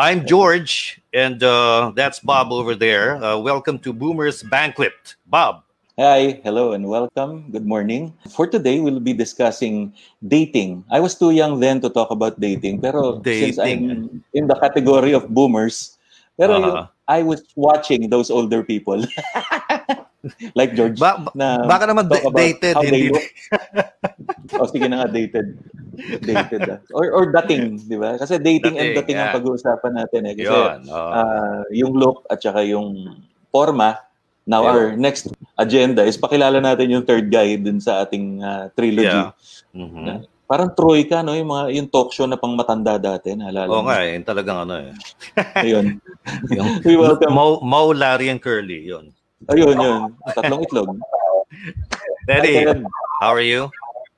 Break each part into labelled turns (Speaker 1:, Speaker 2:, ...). Speaker 1: I'm George, and uh, that's Bob over there. Uh, welcome to Boomer's Banquet. Bob.
Speaker 2: Hi, hello, and welcome. Good morning. For today, we'll be discussing dating. I was too young then to talk about dating, pero
Speaker 1: Dating.
Speaker 2: since I'm in the category of boomers, pero
Speaker 1: Uh-huh.
Speaker 2: yung- I was watching those older people, like George.
Speaker 1: Ba- ba-
Speaker 2: na
Speaker 1: baka naman
Speaker 2: talk
Speaker 1: da-
Speaker 2: about
Speaker 1: dated,
Speaker 2: how
Speaker 1: hindi-
Speaker 2: they look. o sige na nga, dated. Dated. ah. Or, or dating, di ba? Kasi dating, and
Speaker 1: Dating,
Speaker 2: dating ang
Speaker 1: yeah.
Speaker 2: pag-uusapan natin. Eh. Kasi
Speaker 1: Yun. Uh,
Speaker 2: ah, yung look at saka yung forma. Now,
Speaker 1: Yeah.
Speaker 2: our next agenda is pakilala natin yung third guy dun sa ating ah, trilogy.
Speaker 1: Yeah. mhm.
Speaker 2: Parang Troy ka, no? Yung, mga, yung talk show na pang matanda dati. Naalala
Speaker 1: Oo
Speaker 2: mo?
Speaker 1: nga eh, yun talagang ano eh.
Speaker 2: Ayun.
Speaker 1: Yung-
Speaker 2: We welcome.
Speaker 1: Mo, Mo, Larry, and Curly. Yun.
Speaker 2: Ayun, yun. Tatlong itlog.
Speaker 1: Teddy,
Speaker 2: Ayun.
Speaker 1: how are you?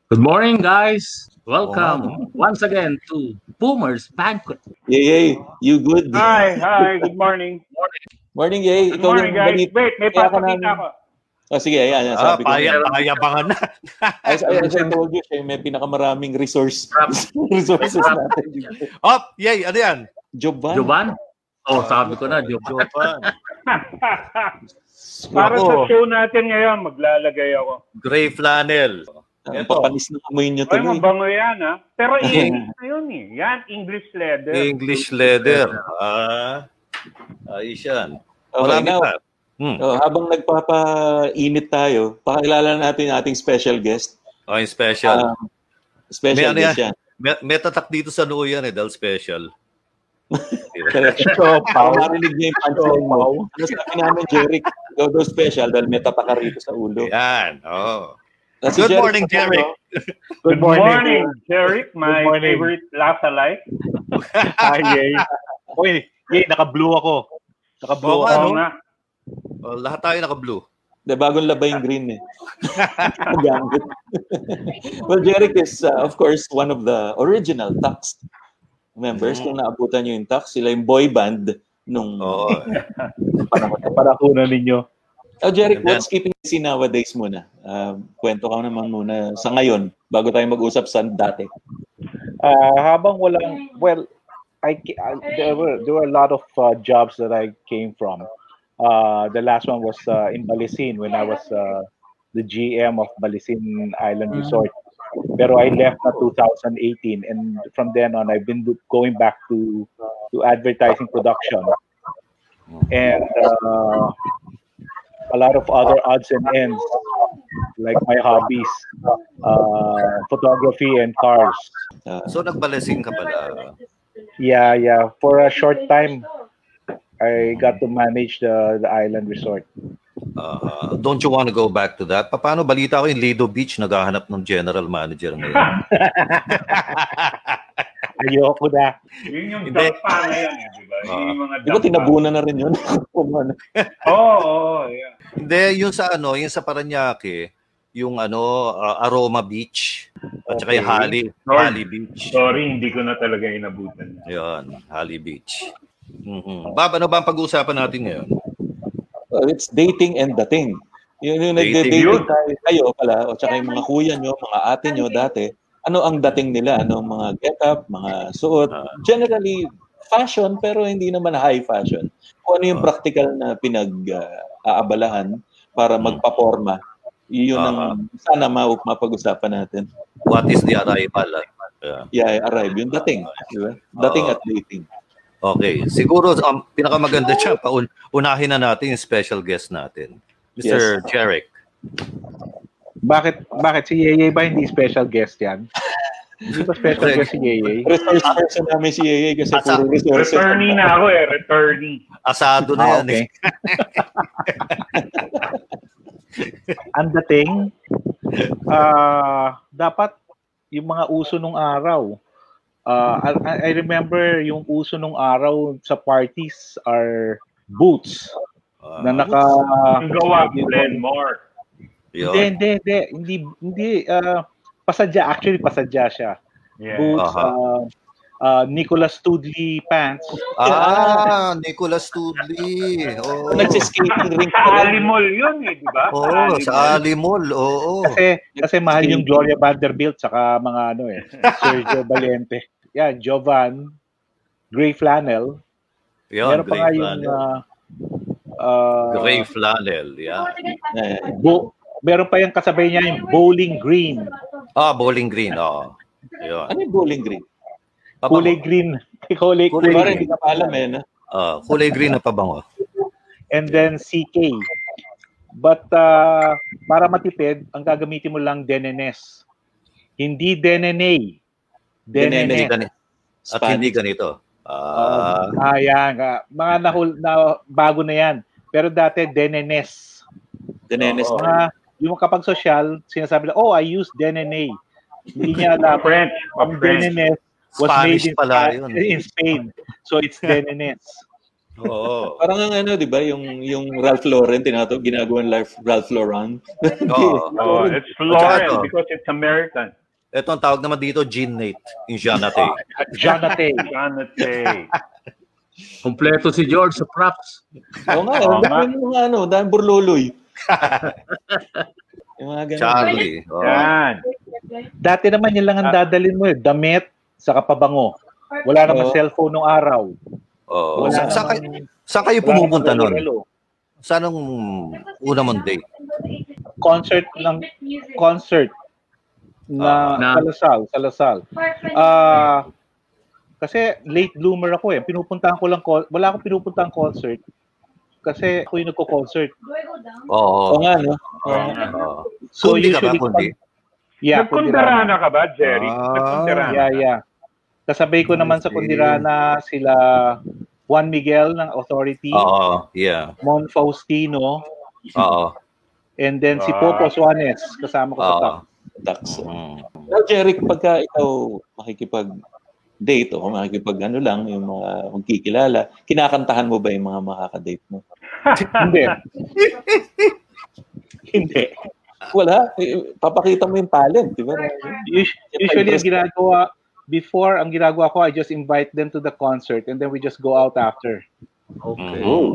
Speaker 3: Good morning, guys.
Speaker 1: Oh.
Speaker 3: Welcome once again to Boomer's Banquet.
Speaker 2: Yay, yay. You good?
Speaker 4: Hi, hi, good morning.
Speaker 2: Morning, yay.
Speaker 4: Good morning, guys.
Speaker 2: ganit-
Speaker 4: Wait, may
Speaker 2: Kaya ka
Speaker 4: papakita
Speaker 2: namin-
Speaker 4: ako.
Speaker 2: Oh, sige, ayan. ayan,
Speaker 1: Ah,
Speaker 2: sabi ko.
Speaker 1: paya, payabangan na.
Speaker 2: As, as I told you, siya yung may pinakamaraming resource resources natin.
Speaker 1: Up! Yay! Ano yan?
Speaker 2: Joban.
Speaker 3: Jovan? Oh, sabi ko na, Jovan.
Speaker 1: Japan.
Speaker 4: Para
Speaker 2: Ako,
Speaker 4: sa show natin ngayon, maglalagay ako.
Speaker 1: Gray flannel.
Speaker 2: ang papanis na amoy nyo
Speaker 4: Ay,
Speaker 2: tuloy.
Speaker 4: mabango yan, ha? Pero English na yun, eh. Yan, English leather.
Speaker 1: English leather. Ah, ayos yan.
Speaker 2: Okay,
Speaker 1: Marami
Speaker 2: now,
Speaker 1: pa. Hmm.
Speaker 2: oh, habang nagpapainit tayo, pakilala natin yung ating special guest.
Speaker 1: Oh, yung special.
Speaker 2: Um, special
Speaker 1: May ano
Speaker 2: guest
Speaker 1: yan?
Speaker 2: siya.
Speaker 1: May, may tatak dito sa noo yan eh, dahil special.
Speaker 2: Kung marinig niya yung punchline mo, ano sabi namin, Jeric, go go special dahil may tapa ka rito sa ulo.
Speaker 1: Yan.
Speaker 2: Ah,
Speaker 1: Oh.
Speaker 2: At
Speaker 1: Good morning,
Speaker 2: Pacono,
Speaker 1: Jeric.
Speaker 4: Good morning, Jeric, my favorite last alive.
Speaker 5: Ay, yay. Uy, yay, naka-blue ako. Naka-blue
Speaker 1: Oo
Speaker 5: ako.
Speaker 1: nga,
Speaker 4: Oo
Speaker 1: no?
Speaker 4: nga.
Speaker 1: oh lahat tayo naka-blue.
Speaker 2: De, bagong laba yung green eh. Nagamit. well, Jeric is, uh, of course, one of the original Tux members. Kung naabutan nyo yung Tux, sila yung boy band
Speaker 1: Mm.
Speaker 2: nung
Speaker 1: Oo.
Speaker 2: panahon.
Speaker 5: Para kunan ninyo.
Speaker 2: Oh, Jeric,
Speaker 1: And then-
Speaker 2: what's keeping you busy nowadays muna? Um, kwento ka naman muna sa ngayon, bago tayo mag-usap sa dati.
Speaker 5: Ah, habang walang, well, I, ca- I- there, were, there were a lot of uh, jobs that I came from. Uh, the last one was uh, in Balisin when I was uh, the GM of Balisin
Speaker 4: Mm.
Speaker 5: Island Resort. Pero I left na 2018 and from then on I've been do- going back to to advertising production and uh, a lot of other odds and ends like my hobbies, uh, photography and cars.
Speaker 2: Uh,
Speaker 1: So, nagbalasing ka pala.
Speaker 5: Yeah, yeah. For a short time, I got to manage the, the island resort.
Speaker 1: Ah, don't you want to go back to that? Pa- Paano balita ko yung Lido Beach naghahanap ng general manager ngayon?
Speaker 5: Ayoko na.
Speaker 4: Yun yung
Speaker 1: Hindi.
Speaker 4: dampa ngayon, eh, di ba? Yun yung mga
Speaker 2: Ah. di ba
Speaker 4: dampa.
Speaker 2: tinabunan na rin yun? Kung ano.
Speaker 4: Oo, oo, yeah.
Speaker 1: Hindi, yung sa ano, yung sa Paranaque, yung ano, ah, Aroma Beach at saka yung
Speaker 5: Okay.
Speaker 1: Hali,
Speaker 4: Sorry.
Speaker 1: Hali Beach.
Speaker 4: Sorry, hindi ko na talaga inabutan.
Speaker 1: Yun, Hali Beach. Mhm. Bab, ano ba ang pag-uusapan natin ngayon?
Speaker 2: Well, it's dating and dating. Yun yung nagde-dating
Speaker 1: Dating
Speaker 4: yun.
Speaker 2: tayo, kayo pala, o tsaka yung mga kuya nyo, mga ate nyo dati, ano ang dating nila? Ano ang mga get-up, mga suot?
Speaker 1: Ah.
Speaker 2: Generally, fashion, pero hindi naman high fashion. Kung ano yung
Speaker 1: Ah.
Speaker 2: practical na pinag-aabalahan para
Speaker 1: Hmm.
Speaker 2: magpaporma, yun ang
Speaker 1: Ah.
Speaker 2: sana ma- mapag-usapan natin.
Speaker 1: What is the arrival? Yeah.
Speaker 2: Yeah, arrive. Yung dating. Di ba? Dating at dating.
Speaker 1: Okay, siguro ang pinakamaganda siya, paun- unahin na natin yung special guest natin. Mr.
Speaker 2: Yes.
Speaker 1: Jeric.
Speaker 5: Bakit, bakit si Yeye ba hindi special guest yan? Hindi ba special
Speaker 1: Correct.
Speaker 5: guest si Yeye?
Speaker 2: Resource person namin si Yeye kasi
Speaker 1: Asa-
Speaker 2: puro resources.
Speaker 4: Returnee na ako eh, returnee.
Speaker 1: Asado na
Speaker 5: Ah,
Speaker 1: yan.
Speaker 5: okay.
Speaker 1: eh.
Speaker 5: Ang dating, ah, dapat yung mga uso nung araw. Ah, I, I remember yung uso nung araw sa parties are boots
Speaker 1: Ah,
Speaker 5: na naka...
Speaker 2: Ah,
Speaker 4: Ang gawa, Glenmore.
Speaker 1: yun.
Speaker 5: Hindi, hindi, hindi. Hindi, hindi. ah, pasadya. Actually, pasadya siya.
Speaker 4: Yeah.
Speaker 5: Boots,
Speaker 1: Aha.
Speaker 5: ah, ah, Nicolas Studley pants.
Speaker 1: Ah, Nicholas Tudley. Oo,
Speaker 2: Nagsiskating ring
Speaker 4: Sa
Speaker 2: pala.
Speaker 4: Alimol yun eh, di ba?
Speaker 1: Oo, sa Alimol. Oo.
Speaker 5: Kasi, kasi mahal yung Gloria Vanderbilt saka mga ano eh, Sergio Valente. Yan, Jovan, Gray Flannel,
Speaker 1: Yun,
Speaker 5: Meron pa nga
Speaker 1: gray
Speaker 5: yung
Speaker 1: flannel.
Speaker 5: uh, uh,
Speaker 1: gray flannel, yeah.
Speaker 5: bo- meron pa yung kasabay niya yung bowling green.
Speaker 1: Ah, bowling green, oh. Yun.
Speaker 2: Ano yung bowling green?
Speaker 5: Kulay green.
Speaker 1: Kulay
Speaker 5: Kulay, kulay
Speaker 2: Parang
Speaker 5: green.
Speaker 2: hindi ka pa alam eh. No?
Speaker 1: Ah, kulay green na pabango.
Speaker 5: And then CK. But uh, para matipid, ang gagamitin mo lang DNS. Hindi DNNA.
Speaker 1: Hindi
Speaker 5: DNNS.
Speaker 1: ganito. At hindi ganito. Ah,
Speaker 5: Ah, yan. Ah, Mga nahul, na, bago na yan. Pero dati, DNNS.
Speaker 2: Dinenes
Speaker 5: Mga,
Speaker 2: na.
Speaker 5: yung kapag social, sinasabi lang, oh, I use DNNA. Hindi niya
Speaker 4: A
Speaker 5: alam.
Speaker 4: French. A
Speaker 5: Ang
Speaker 4: French.
Speaker 5: DNNS was
Speaker 1: Spanish
Speaker 5: made in,
Speaker 1: pala
Speaker 5: Spa-
Speaker 1: yun. eh.
Speaker 5: in Spain. So it's DNNS.
Speaker 1: oo.
Speaker 2: Parang ang ano, di ba? Yung, yung Ralph Lauren, tinatawag, ginagawa ng Ralph- Ralph Lauren.
Speaker 1: Oo.
Speaker 4: Oh, it's
Speaker 1: Tsaka to.
Speaker 4: Lauren because it's American.
Speaker 1: Ito ang tawag naman dito, Jean-Nate, in Jeanate.
Speaker 5: Ah, Jonathan.
Speaker 4: Jonathan.
Speaker 3: Kompleto si George sa props.
Speaker 2: Oo nga,
Speaker 4: Oo
Speaker 2: ang
Speaker 4: nga.
Speaker 2: dami mga ano, dami burluloy. yung mga ganun.
Speaker 1: Charlie.
Speaker 2: Oh.
Speaker 1: oo.
Speaker 4: Yan.
Speaker 5: Dati naman yun lang ang
Speaker 1: Ah.
Speaker 5: dadalhin mo eh. Damit, saka pabango. Wala namang
Speaker 2: Oo.
Speaker 5: cellphone nung araw.
Speaker 1: Oo.
Speaker 2: Wala
Speaker 1: Sa, saan, kayo,
Speaker 2: namang-
Speaker 1: saan kayo
Speaker 5: Wala
Speaker 1: pumupunta
Speaker 5: namang
Speaker 1: nun?
Speaker 5: regalo.
Speaker 1: Saan ang una mong date?
Speaker 5: Concert lang. Concert. Na,
Speaker 3: Ah.
Speaker 5: sa Lasal. Sa Lasal.
Speaker 6: Ah,
Speaker 5: Ah, kasi late bloomer ako eh. Pinupuntahan ko lang, con- wala akong pinupuntahan concert. Kasi ako yung nagko-concert.
Speaker 1: Oo.
Speaker 2: Oo nga, no? Oo
Speaker 4: Oo.
Speaker 2: nga.
Speaker 1: oo. Kundi ka ba,
Speaker 5: usually
Speaker 1: kundi?
Speaker 5: pag- Yeah,
Speaker 4: Nagkundirana ka ba, Jerry?
Speaker 1: Ah,
Speaker 4: Nagkundirana.
Speaker 5: Yeah, yeah. Kasabay ko naman sa
Speaker 1: I see.
Speaker 5: Kundirana sila Juan Miguel ng Authority,
Speaker 1: Oo, yeah.
Speaker 5: Mon Faustino,
Speaker 1: Oo.
Speaker 5: and then si
Speaker 4: Ah.
Speaker 5: Popo Suanes kasama ko sa
Speaker 1: Oo.
Speaker 5: top.
Speaker 2: Tax.
Speaker 1: Mm.
Speaker 2: Now, Jeric, pagka ikaw makikipag-date o makikipag ano lang, yung mga magkikilala, kinakantahan mo ba yung mga makakadate mo?
Speaker 5: Hindi. Hindi.
Speaker 2: Wala. Eh, Papakita mo yung talent, di ba?
Speaker 5: Us- Usually ang ginagawa before ang ginagawa ko I just invite them to the concert and then we just go out after
Speaker 3: Okay.
Speaker 1: Mm.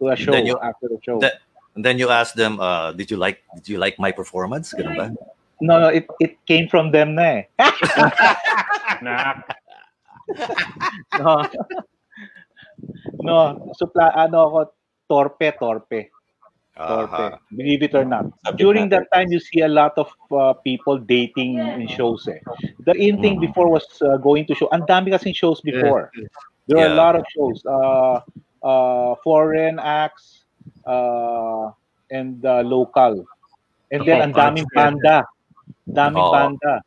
Speaker 5: to a show
Speaker 1: Then you-
Speaker 5: after the show.
Speaker 1: Then- And then you ask them, uh, did you like did you like my performance? Ganun ba?
Speaker 5: no, no, it it came from them na eh.
Speaker 4: Na,
Speaker 5: No. no, supla ano ako torpe torpe.
Speaker 1: Aha. Ah,
Speaker 5: Torpe. Believe it or not.
Speaker 2: Subject
Speaker 5: During
Speaker 2: matter.
Speaker 5: that time, you see a lot of uh, people dating in shows. Eh. The in thing
Speaker 1: Mm.
Speaker 5: before was uh, going to show. Ang dami kasing shows before. There are a
Speaker 1: Yeah.
Speaker 5: lot of shows. Uh, uh, foreign acts uh, and uh, local. And then, ang daming banda. Daming
Speaker 1: Oo.
Speaker 5: banda.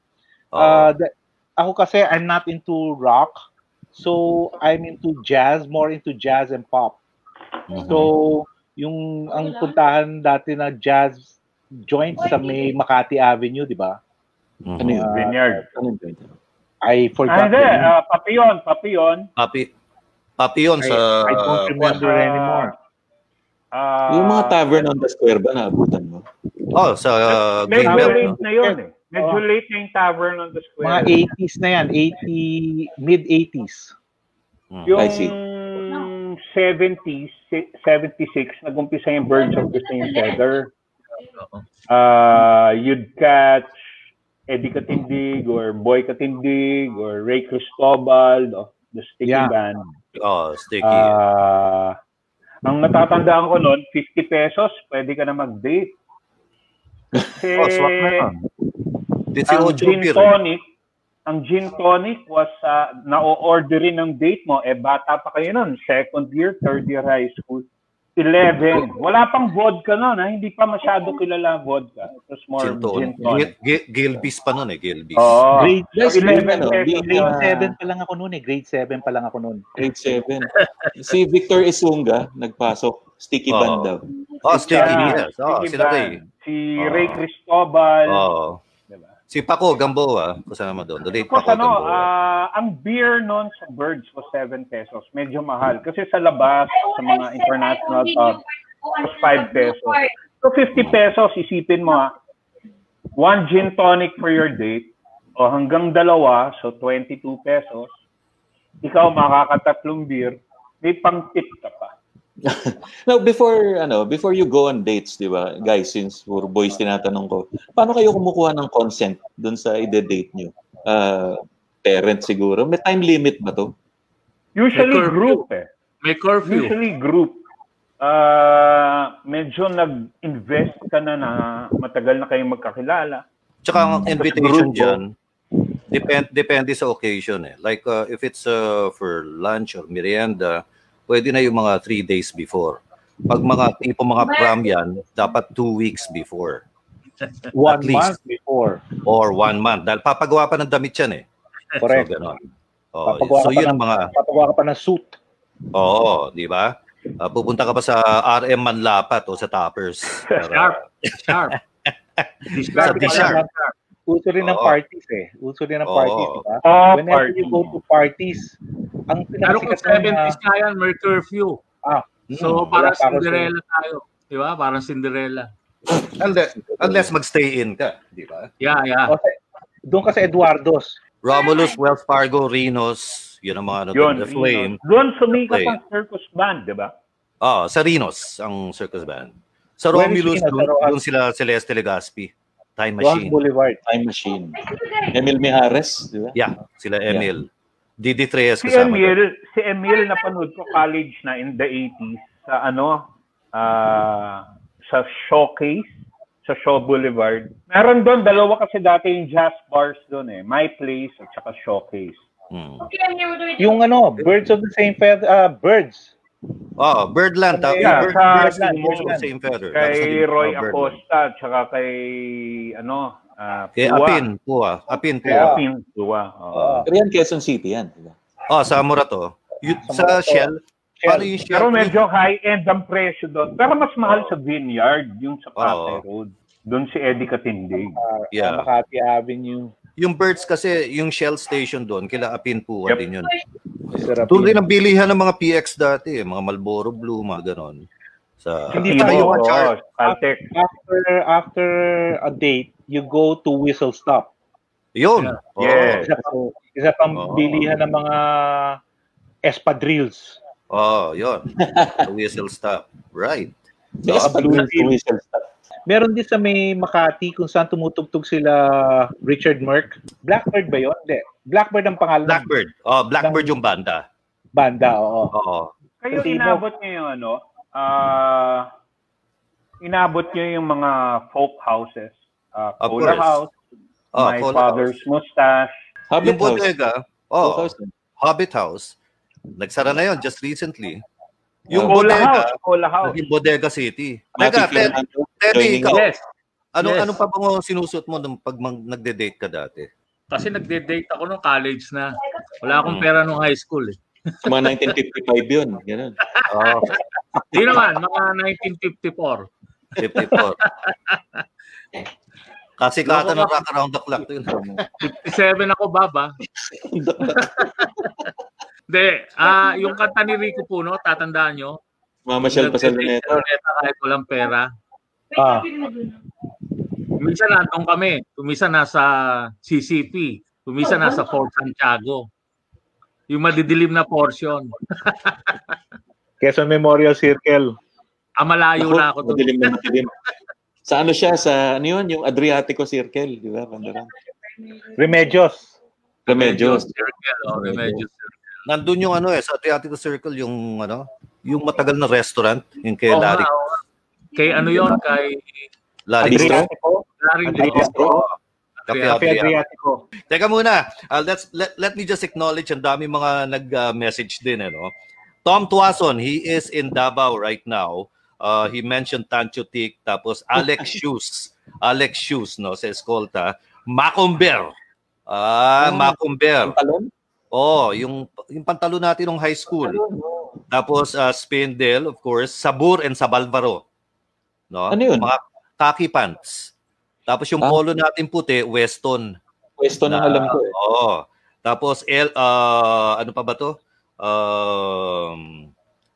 Speaker 1: Oo.
Speaker 5: Uh, the- ako kasi, I'm not into rock. So, I'm into jazz, more into jazz and pop.
Speaker 1: Mhm.
Speaker 5: So, yung ang puntahan dati na jazz joint sa may Makati Avenue, di ba?
Speaker 1: Mhm.
Speaker 2: Ano yun?
Speaker 4: vineyard.
Speaker 2: Ano yun?
Speaker 5: I
Speaker 4: Ah,
Speaker 5: forgot.
Speaker 4: hindi.
Speaker 5: the name.
Speaker 4: ah, Papillon, papillon.
Speaker 1: Papi, papi yun
Speaker 5: I,
Speaker 1: sa...
Speaker 5: I don't remember
Speaker 4: Ah,
Speaker 5: anymore.
Speaker 4: ah,
Speaker 2: yung mga tavern on the square ba naabutan mo?
Speaker 1: Oh, sa uh, Green
Speaker 4: Medyo
Speaker 1: Belt. no?
Speaker 4: late na yun eh. Medyo late na yung tavern on the
Speaker 5: Oh. Mga
Speaker 4: square.
Speaker 5: 80s na yan, 80, mid-80s.
Speaker 1: Mm.
Speaker 4: Yung
Speaker 2: I see.
Speaker 4: 70s, si- 76, nag-umpisa yung Birds of the Same Feather. Uh, you'd catch Eddie Katindig or Boy Katindig or Ray Cristobal of the Sticky
Speaker 5: Yeah.
Speaker 4: Band.
Speaker 1: Oh, sticky.
Speaker 4: Ah, ang natatandaan ko noon, 50 pesos, pwede ka na mag-date. Eh, Kasi
Speaker 1: oh, swak na yun. Did si
Speaker 4: ang
Speaker 1: Ocho
Speaker 4: gin
Speaker 1: Pir?
Speaker 4: tonic, ang gin tonic was ah, na-orderin ng date mo. Eh, bata pa kayo noon. Second year, third year high school. 11. Wala pang vodka noon. Ha? Hindi pa masyado kilala ang vodka. It was more
Speaker 1: Gin
Speaker 4: gin tonic.
Speaker 1: tonic. Gil- Gil- Gilbis pa nun eh, Gilbis.
Speaker 4: Oo.
Speaker 5: Grade,
Speaker 2: Guys,
Speaker 4: So, 11
Speaker 2: ano,
Speaker 4: pesos.
Speaker 2: being,
Speaker 5: grade
Speaker 2: uh,
Speaker 5: 7 pa lang ako noon eh. Grade 7 pa lang ako noon.
Speaker 2: Grade 7. si Victor Isunga, nagpasok. Sticky
Speaker 1: Oo.
Speaker 2: band daw.
Speaker 1: Oh, sticky,
Speaker 4: Ah,
Speaker 1: yes. Oh,
Speaker 4: Sticky
Speaker 1: sila kay.
Speaker 4: Band. Si
Speaker 1: Oo.
Speaker 4: Ray Cristobal.
Speaker 1: Oh.
Speaker 4: Diba?
Speaker 1: Si Paco Gamboa, kasama doon. The late
Speaker 4: Tapos
Speaker 1: Paco
Speaker 4: ano,
Speaker 1: Gamboa.
Speaker 4: ah, ang beer noon sa Birds was 7 pesos. Medyo mahal. Kasi sa labas, sa mga international pub,
Speaker 5: ah,
Speaker 4: was 5 pesos. So 50 pesos, isipin mo ha, one gin tonic for your date, o hanggang dalawa, so 22 pesos, ikaw makakatatlong beer, may pang tip ka pa.
Speaker 2: Now, before, ano, before you go on dates, di ba, guys, since puro boys tinatanong ko, paano kayo kumukuha ng consent dun sa ide-date nyo? Ah, parents siguro. May time limit ba to?
Speaker 4: Usually
Speaker 3: May curfew.
Speaker 4: group eh.
Speaker 3: May curfew.
Speaker 4: Usually group, ah medyo nag-invest ka na na matagal na kayong magkakilala.
Speaker 1: Tsaka ang
Speaker 5: Hmm.
Speaker 1: invitation dyan,
Speaker 5: oh.
Speaker 1: depend, depende sa occasion eh. Like uh, if it's uh, for lunch or merienda, pwede na yung mga three days before. Pag mga tipo mga pram yan, dapat two weeks before
Speaker 5: One
Speaker 1: least.
Speaker 5: month before.
Speaker 1: or one month. Dahil papagawa pa ng damit yan eh. So,
Speaker 5: Correct.
Speaker 1: ganon. Oh,
Speaker 5: Papagawa
Speaker 1: so
Speaker 5: ka pa
Speaker 1: yun ang
Speaker 5: ng-
Speaker 1: mga,
Speaker 5: Papagawa ka pa ng suit.
Speaker 1: oo, di ba? Ah, pupunta ka pa sa RM Manlapat o sa Toppers. Para,
Speaker 3: Sharp.
Speaker 1: Sa Disharp.
Speaker 5: Uso rin ng
Speaker 1: Oo.
Speaker 5: parties eh. Uso rin ng
Speaker 1: Oo.
Speaker 5: parties, di ba?
Speaker 4: Oh,
Speaker 1: Ah,
Speaker 5: Whenever you go to parties, ang
Speaker 3: Pero kung
Speaker 5: pinakasikat na
Speaker 3: 70s na yan, may curfew.
Speaker 5: Ah,
Speaker 3: So,
Speaker 1: mm,
Speaker 3: parang
Speaker 5: wala pa ako
Speaker 3: Cinderella tayo. Di ba? Parang Cinderella.
Speaker 1: unless, unless magstay in ka, di ba?
Speaker 3: Yeah, yeah.
Speaker 5: o, Oh, sa- doon ka sa Eduardo's.
Speaker 1: Romulus, Wells Fargo, Rinos, yun ang mga ano,
Speaker 4: Yun.
Speaker 1: the Flame.
Speaker 4: Doon sumikat
Speaker 1: Flame.
Speaker 4: ang circus band, di ba?
Speaker 1: Ah, sa Rinos ang circus band. Sa
Speaker 5: Where is
Speaker 1: Romulus,
Speaker 5: Rinos?
Speaker 1: doon,
Speaker 5: Sa Rojas?
Speaker 1: doon sila Celeste Legaspi. Time
Speaker 5: Rojas
Speaker 1: Machine.
Speaker 5: Boulevard.
Speaker 2: Time Machine. Emil Mijares, di ba?
Speaker 1: Yeah, sila Emil. Didi Treyes
Speaker 4: Si
Speaker 1: kasama. doon.
Speaker 4: Emil, si Emil napanood ko college na in the 80s sa ano, ah, sa showcase, sa Shaw Boulevard. Meron doon, dalawa kasi dati yung jazz bars doon eh. My Place at saka Showcase.
Speaker 1: Hmm.
Speaker 5: Yung ano, Birds of the Same Feather, ah, Birds.
Speaker 1: Oh, Birdland. ah,
Speaker 4: Yeah,
Speaker 1: Bird-
Speaker 4: sa
Speaker 1: Birds
Speaker 5: Birdland,
Speaker 1: Birds of
Speaker 5: Birdland.
Speaker 1: Same Feather. Tapos
Speaker 4: Kay
Speaker 1: naging-
Speaker 4: Roy
Speaker 1: oh, Birdland.
Speaker 4: Acosta at saka kay ano, ah,
Speaker 1: Kay
Speaker 4: Pua.
Speaker 1: Eh, Apin, Pua. Apin,
Speaker 4: Kay
Speaker 1: Pua.
Speaker 4: Apin, Pua. oo.
Speaker 1: Ah.
Speaker 5: Oo.
Speaker 2: Pero yan, Quezon City yan. Di ba?
Speaker 1: Oh, sa Murato. Yun- sa
Speaker 5: Murato.
Speaker 1: Shell. Paano yung Shell?
Speaker 4: oh. Pero medyo high-end ang presyo doon. Pero mas mahal sa Vineyard, yung sa Patay
Speaker 1: Ah, Oo.
Speaker 4: Road. Doon si Eddie Katindig.
Speaker 1: Yeah.
Speaker 5: Makati Avenue.
Speaker 1: Yung Birds kasi, yung Shell station doon, kila Apin, Pua
Speaker 4: Yep.
Speaker 1: din yun.
Speaker 5: Sarap
Speaker 1: Doon rin
Speaker 5: yun.
Speaker 1: ang bilihan ng mga PX dati, eh, mga Malboro Blue, mga ganon. Sa,
Speaker 5: Hindi
Speaker 1: Sa
Speaker 5: pa
Speaker 1: Boa
Speaker 5: yun,
Speaker 1: Char-
Speaker 4: Oo, Caltech.
Speaker 5: After, after a date, you go to Whistle Stop.
Speaker 1: Yun. Oh,
Speaker 4: Yeah. Yes.
Speaker 5: Isa pang, isa pang
Speaker 1: Oo.
Speaker 5: bilihan ng mga espadrilles.
Speaker 1: Oh, yun. The whistle stop. Right.
Speaker 2: Yes,
Speaker 5: Ah,
Speaker 2: pag-uwi
Speaker 5: Blue Hill.
Speaker 2: whistle stop.
Speaker 5: Meron din sa may Makati kung saan tumutugtog sila Richard Merck. Blackbird ba yun? Hindi. Blackbird ang pangalan ng
Speaker 1: Blackbird. Oh, Blackbird yung banda. Oh,
Speaker 5: banda. Oo.
Speaker 1: Oo.
Speaker 4: Kayo
Speaker 5: Hindi mo-
Speaker 4: inabot niyo yung ano, ah inabot niyo yung mga folk houses. Uh,
Speaker 1: Of
Speaker 4: Cola
Speaker 1: course.
Speaker 4: House,
Speaker 1: Oh,
Speaker 4: My
Speaker 1: Cola
Speaker 4: Father's
Speaker 1: House.
Speaker 4: Mustache.
Speaker 1: Yung
Speaker 2: Habit House.
Speaker 1: bodega.
Speaker 2: Cola
Speaker 1: Oh,
Speaker 2: House.
Speaker 1: Hobbit House. Nagsara na yun just recently. Yung
Speaker 4: Cola House,
Speaker 1: bodega,
Speaker 4: Cola House.
Speaker 1: naging bodega city.
Speaker 2: Mati
Speaker 1: Teka, Ted,
Speaker 2: Fernando,
Speaker 1: Teddy,
Speaker 2: joining
Speaker 1: ikaw,
Speaker 3: Yes.
Speaker 1: ano,
Speaker 3: Yes.
Speaker 1: ano pa bang sinusot mo nung pag mag- nagde-date ka dati?
Speaker 3: Kasi nagde-date ako nung college na. Wala akong
Speaker 1: Mm.
Speaker 3: pera nung high school. Eh.
Speaker 2: Mga 1955 yun. Ganun.
Speaker 4: Ah,
Speaker 1: Oh,
Speaker 3: Di naman, mga 1954.
Speaker 1: 54. Kasi kata ng rock around the clock. to yun.
Speaker 3: 57 ako, Baba. Hindi, ah, yung kanta ni Rico Puno, tatandaan nyo.
Speaker 2: Mamasyal pa sa
Speaker 3: Nagde-date
Speaker 2: luneta.
Speaker 3: Luneta kahit walang pera.
Speaker 5: Ah.
Speaker 3: Minsan nandun kami. Minsan nasa CCP. Minsan nasa
Speaker 1: Oh.
Speaker 3: Fort Santiago. Yung madidilim na portion.
Speaker 5: Quezon Memorial Circle.
Speaker 3: Ah, malayo na ako doon.
Speaker 2: Madilim na madilim. Sa ano siya? Sa ano yun? Yung Adriatico Circle. Di ba? Pandarang.
Speaker 5: Remedios.
Speaker 2: Remedios.
Speaker 3: Circle, oh, Remedios Circle.
Speaker 1: Nandun yung ano eh, sa Adriatico Circle, yung ano, yung matagal na restaurant, yung kay
Speaker 3: Oo nga,
Speaker 1: Larry.
Speaker 3: oo nga. Kay ano yon kay
Speaker 1: Larry Bistro.
Speaker 5: Adriatico.
Speaker 3: Larry
Speaker 5: Adriatico.
Speaker 1: oh, Kape
Speaker 3: Adriatico.
Speaker 5: Cafe Adriatico.
Speaker 1: Teka muna, uh, let's let, let me just acknowledge ang dami mga nag-message din ano. Tom Tuason, he is in Davao right now. Uh, he mentioned Tancho Tik, tapos Alex Shoes. Alex Shoes, no, sa Escolta. Macomber. Ah, Macomber.
Speaker 2: Talon?
Speaker 1: Oh, yung yung pantalo natin nung high school. Tapos uh, Spindle, of course, Sabur and Sabalvaro. No?
Speaker 2: Ano yun?
Speaker 1: Mga khaki pants. Tapos yung
Speaker 2: Ah.
Speaker 1: polo natin puti, Weston.
Speaker 2: Pwesto
Speaker 1: Na-
Speaker 2: nang alam ko eh.
Speaker 1: Oo. Tapos L, ah, ano pa ba to? Um,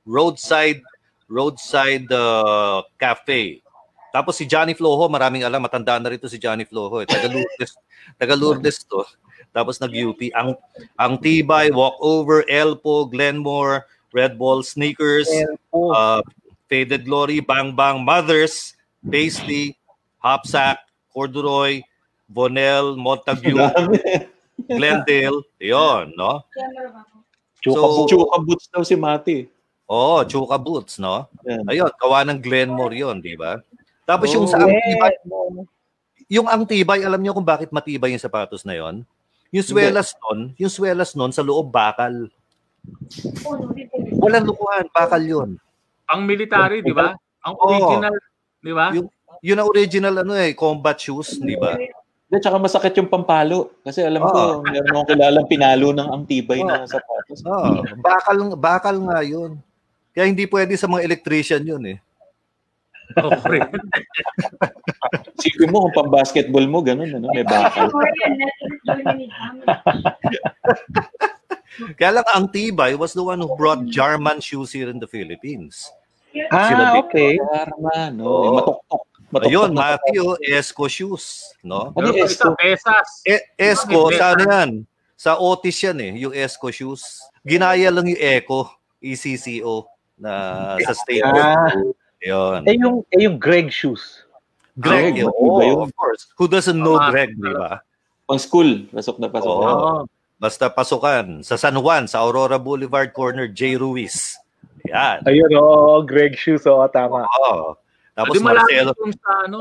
Speaker 1: roadside roadside ah, cafe. Tapos si Johnny Floho, maraming alam, matandaan na rito si Johnny Floho. Eh. Taga Lourdes, taga Lourdes to. Tapos nag-UP. Ang, ang Tibay, Walkover, Elpo, Glenmore, Red Ball, Sneakers,
Speaker 5: Elpo.
Speaker 1: uh, Faded Glory, Bang Bang, Mothers, Paisley, Hopsack, Corduroy, Bonell, Montague,
Speaker 2: Dami.
Speaker 1: Glendale, yon, no?
Speaker 5: Chuka
Speaker 1: so-
Speaker 5: po.
Speaker 2: Chuka boots daw si Mati.
Speaker 1: Oo, Chuka Boots, no?
Speaker 2: Yan.
Speaker 1: Ayun, gawa ng Glenmore yun, di ba? Tapos yung sa ang tibay, yung ang tibay, alam niyo kung bakit matibay yung sapatos na yon? Yung swelas nun, yung swelas nun sa loob bakal. Walang lukuhan, bakal yun.
Speaker 3: Ang military, di ba? Ang original, di ba?
Speaker 1: Oh. Yung- Yun ang original ano eh, combat shoes, di ba?
Speaker 2: Hindi, tsaka masakit yung pampalo. Kasi alam
Speaker 1: Oo.
Speaker 2: ko, meron akong kilalang pinalo ng ang tibay
Speaker 1: Ah.
Speaker 2: na sapatos.
Speaker 1: Oo, bakal bakal nga 'yun. Kaya hindi pwede sa mga electrician 'yun eh.
Speaker 3: Okay.
Speaker 2: Sipin mo kung pang-basketball mo, ganun, ano, may
Speaker 5: Ah,
Speaker 2: bakal.
Speaker 1: Kaya lang ang tibay was the one who brought German shoes here in the Philippines.
Speaker 5: Ah, okay.
Speaker 2: Karma, no?
Speaker 1: Oo.
Speaker 2: Yung Matoktok. matoktok
Speaker 1: Ayun,
Speaker 2: na-
Speaker 1: Matthew, Esco shoes, no?
Speaker 2: Ano
Speaker 3: Pero
Speaker 2: yung
Speaker 3: pag
Speaker 2: esto?
Speaker 3: sa pesas,
Speaker 1: E- Esco, sa ano yan? Sa Otis yan eh, yung Esco shoes. Ginaya lang yung E Eco, ECCO, na sa statement.
Speaker 5: Ah,
Speaker 1: Ayun.
Speaker 5: eh yung, eh yung Greg shoes.
Speaker 1: Greg,
Speaker 2: Greg,
Speaker 1: yun.
Speaker 2: iba yun.
Speaker 1: Oh, of course. Who doesn't know
Speaker 3: Ah,
Speaker 1: Greg, di ba?
Speaker 2: Pang school, pasok na pasok.
Speaker 1: Oo.
Speaker 2: na.
Speaker 3: Oo.
Speaker 1: Basta pasukan. Sa San Juan, sa Aurora Boulevard corner, J. Ruiz. Yan.
Speaker 5: Ayun, oo, Greg shoes, oo, tama.
Speaker 1: Oo. Tapos
Speaker 3: Di malapit
Speaker 1: Marcelo.
Speaker 3: yung sa ano,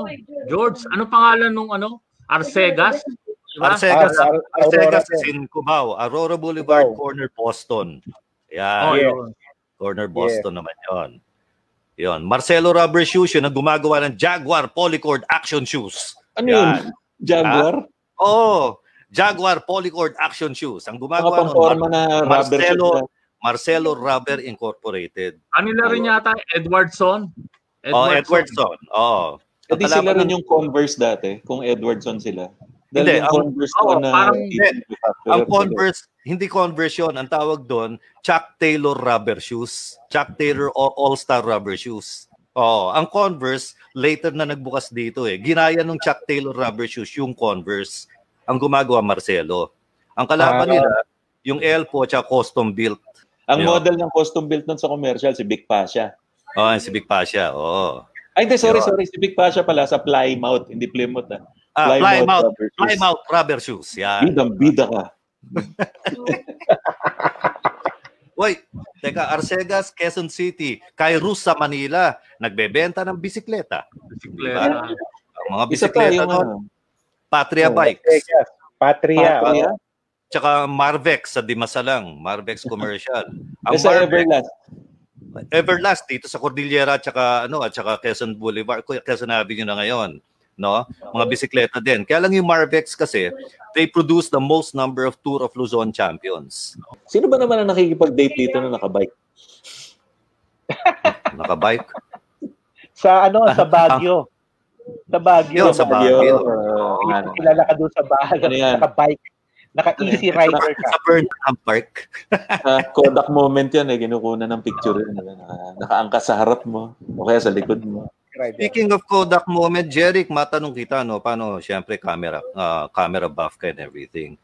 Speaker 3: George, ano pangalan nung ano? Arcegas? Di ba?
Speaker 1: Arcegas,
Speaker 5: Ar- Ar-
Speaker 1: Arcegas
Speaker 5: Aurora
Speaker 1: is in Cubao. Aurora Boulevard,
Speaker 5: Cubao.
Speaker 1: corner Boston.
Speaker 3: Oh,
Speaker 1: Yan.
Speaker 5: Yeah.
Speaker 3: yun.
Speaker 1: Corner Boston naman yon. Yon. Marcelo Rubber Shoes, yun ang gumagawa ng Jaguar Polycord Action Shoes.
Speaker 2: Ano yun?
Speaker 1: Yan.
Speaker 2: Jaguar?
Speaker 1: Oo. Jaguar Polycord Action Shoes. Ang
Speaker 2: Oh. Mga
Speaker 1: gumagawa
Speaker 2: pang-forma
Speaker 1: nun,
Speaker 2: na
Speaker 1: Ah, ano,
Speaker 2: rubber.
Speaker 1: Marcelo.
Speaker 2: shoes na.
Speaker 1: Marcelo Rubber Incorporated.
Speaker 3: Kanila rin yata, Edwardson.
Speaker 1: Oh, Edwardson. Oh. Oo.
Speaker 2: Eh, di sila
Speaker 1: Kalaban
Speaker 2: rin
Speaker 1: ng-
Speaker 2: yung Converse dati, kung Edwardson sila.
Speaker 1: Hindi,
Speaker 2: Dahil yung
Speaker 1: ang-
Speaker 2: Converse
Speaker 3: oo,
Speaker 2: ko na
Speaker 3: parang-
Speaker 1: Ang
Speaker 2: ano
Speaker 1: Converse, hindi Converse yun. Ang tawag doon, Chuck Taylor rubber shoes. Chuck Taylor o- All-Star rubber shoes. Oo. Ang Converse, later na nagbukas dito eh. Ginaya ng Chuck Taylor rubber shoes yung Converse. Ang gumagawa Marcelo. Ang kalaban
Speaker 5: Ah.
Speaker 1: nila, yung Elpo at custom built.
Speaker 2: Ang
Speaker 1: Yeah.
Speaker 2: model ng custom built nun sa commercial, si Big Pasha.
Speaker 1: Oh, si Big Pasha. Oo.
Speaker 2: Ay, hindi, sorry,
Speaker 1: Yeah.
Speaker 2: sorry. Si Big Pasha pala sa Plymouth, hindi Plymouth. Ah.
Speaker 1: Ah, Plymouth.
Speaker 2: rubber shoes.
Speaker 1: Plymouth rubber shoes. Yan.
Speaker 2: Bidang bida ka.
Speaker 1: Wait, teka, Arcegas, Quezon City, Kairos sa Manila, nagbebenta ng bisikleta.
Speaker 3: Bisikleta.
Speaker 1: Ang mga
Speaker 2: Isa pa
Speaker 1: bisikleta
Speaker 2: yung
Speaker 1: doon,
Speaker 2: ano,
Speaker 1: Patria Bikes.
Speaker 5: Arcegas, Patria.
Speaker 2: Patria.
Speaker 1: oh. Tsaka Marvex sa Dimasalang, Marvex commercial. Ang
Speaker 2: Isa
Speaker 1: Marvex,
Speaker 2: Everlast.
Speaker 1: Everlast dito sa Cordillera at saka ano at saka Quezon Boulevard, Kuya, Quezon Avenue na ngayon, no? Mga bisikleta din. Kaya lang yung Marvex kasi they produce the most number of Tour of Luzon champions.
Speaker 2: Sino ba naman ang nakikipag-date dito na nakabike?
Speaker 1: Nakabike.
Speaker 5: Sa ano, sa Baguio. Sa Baguio.
Speaker 1: Yun, sa
Speaker 2: Baguio.
Speaker 1: Baguio.
Speaker 2: Uh, ano.
Speaker 5: Kilala ka doon sa Baguio.
Speaker 2: Ano yan?
Speaker 5: Naka-bike. Naka-easy rider ka.
Speaker 1: Sa Burnham Park.
Speaker 2: Ah, Kodak moment yan eh. Kinukunan ng picture yun. Naka, nakaangkas sa harap mo. O kaya sa likod mo.
Speaker 5: Rider.
Speaker 1: Speaking of Kodak moment, Jeric, matanong kita, no? Paano, syempre, camera, ah, camera buff ka and everything.